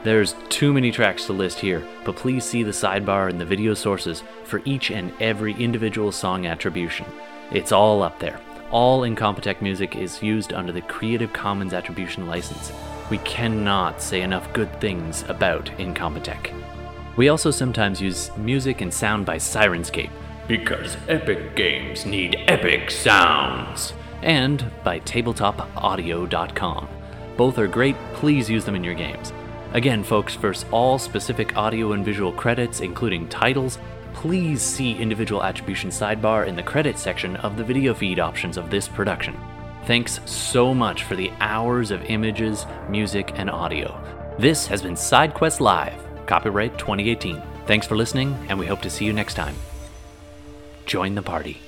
S10: There's too many tracks to list here, but please see the sidebar and the video sources for each and every individual song attribution. It's all up there. All Incompetech music is used under the Creative Commons Attribution License. We cannot say enough good things about Incompetech. We also sometimes use music and sound by Sirenscape, because epic games need epic sounds, and by tabletopaudio.com. Both are great, please use them in your games. Again, folks, for all specific audio and visual credits, including titles, please see individual attribution sidebar in the credits section of the video feed options of this production. Thanks so much for the hours of images, music, and audio. This has been SideQuest Live, copyright 2018. Thanks for listening, and we hope to see you next time. Join the party.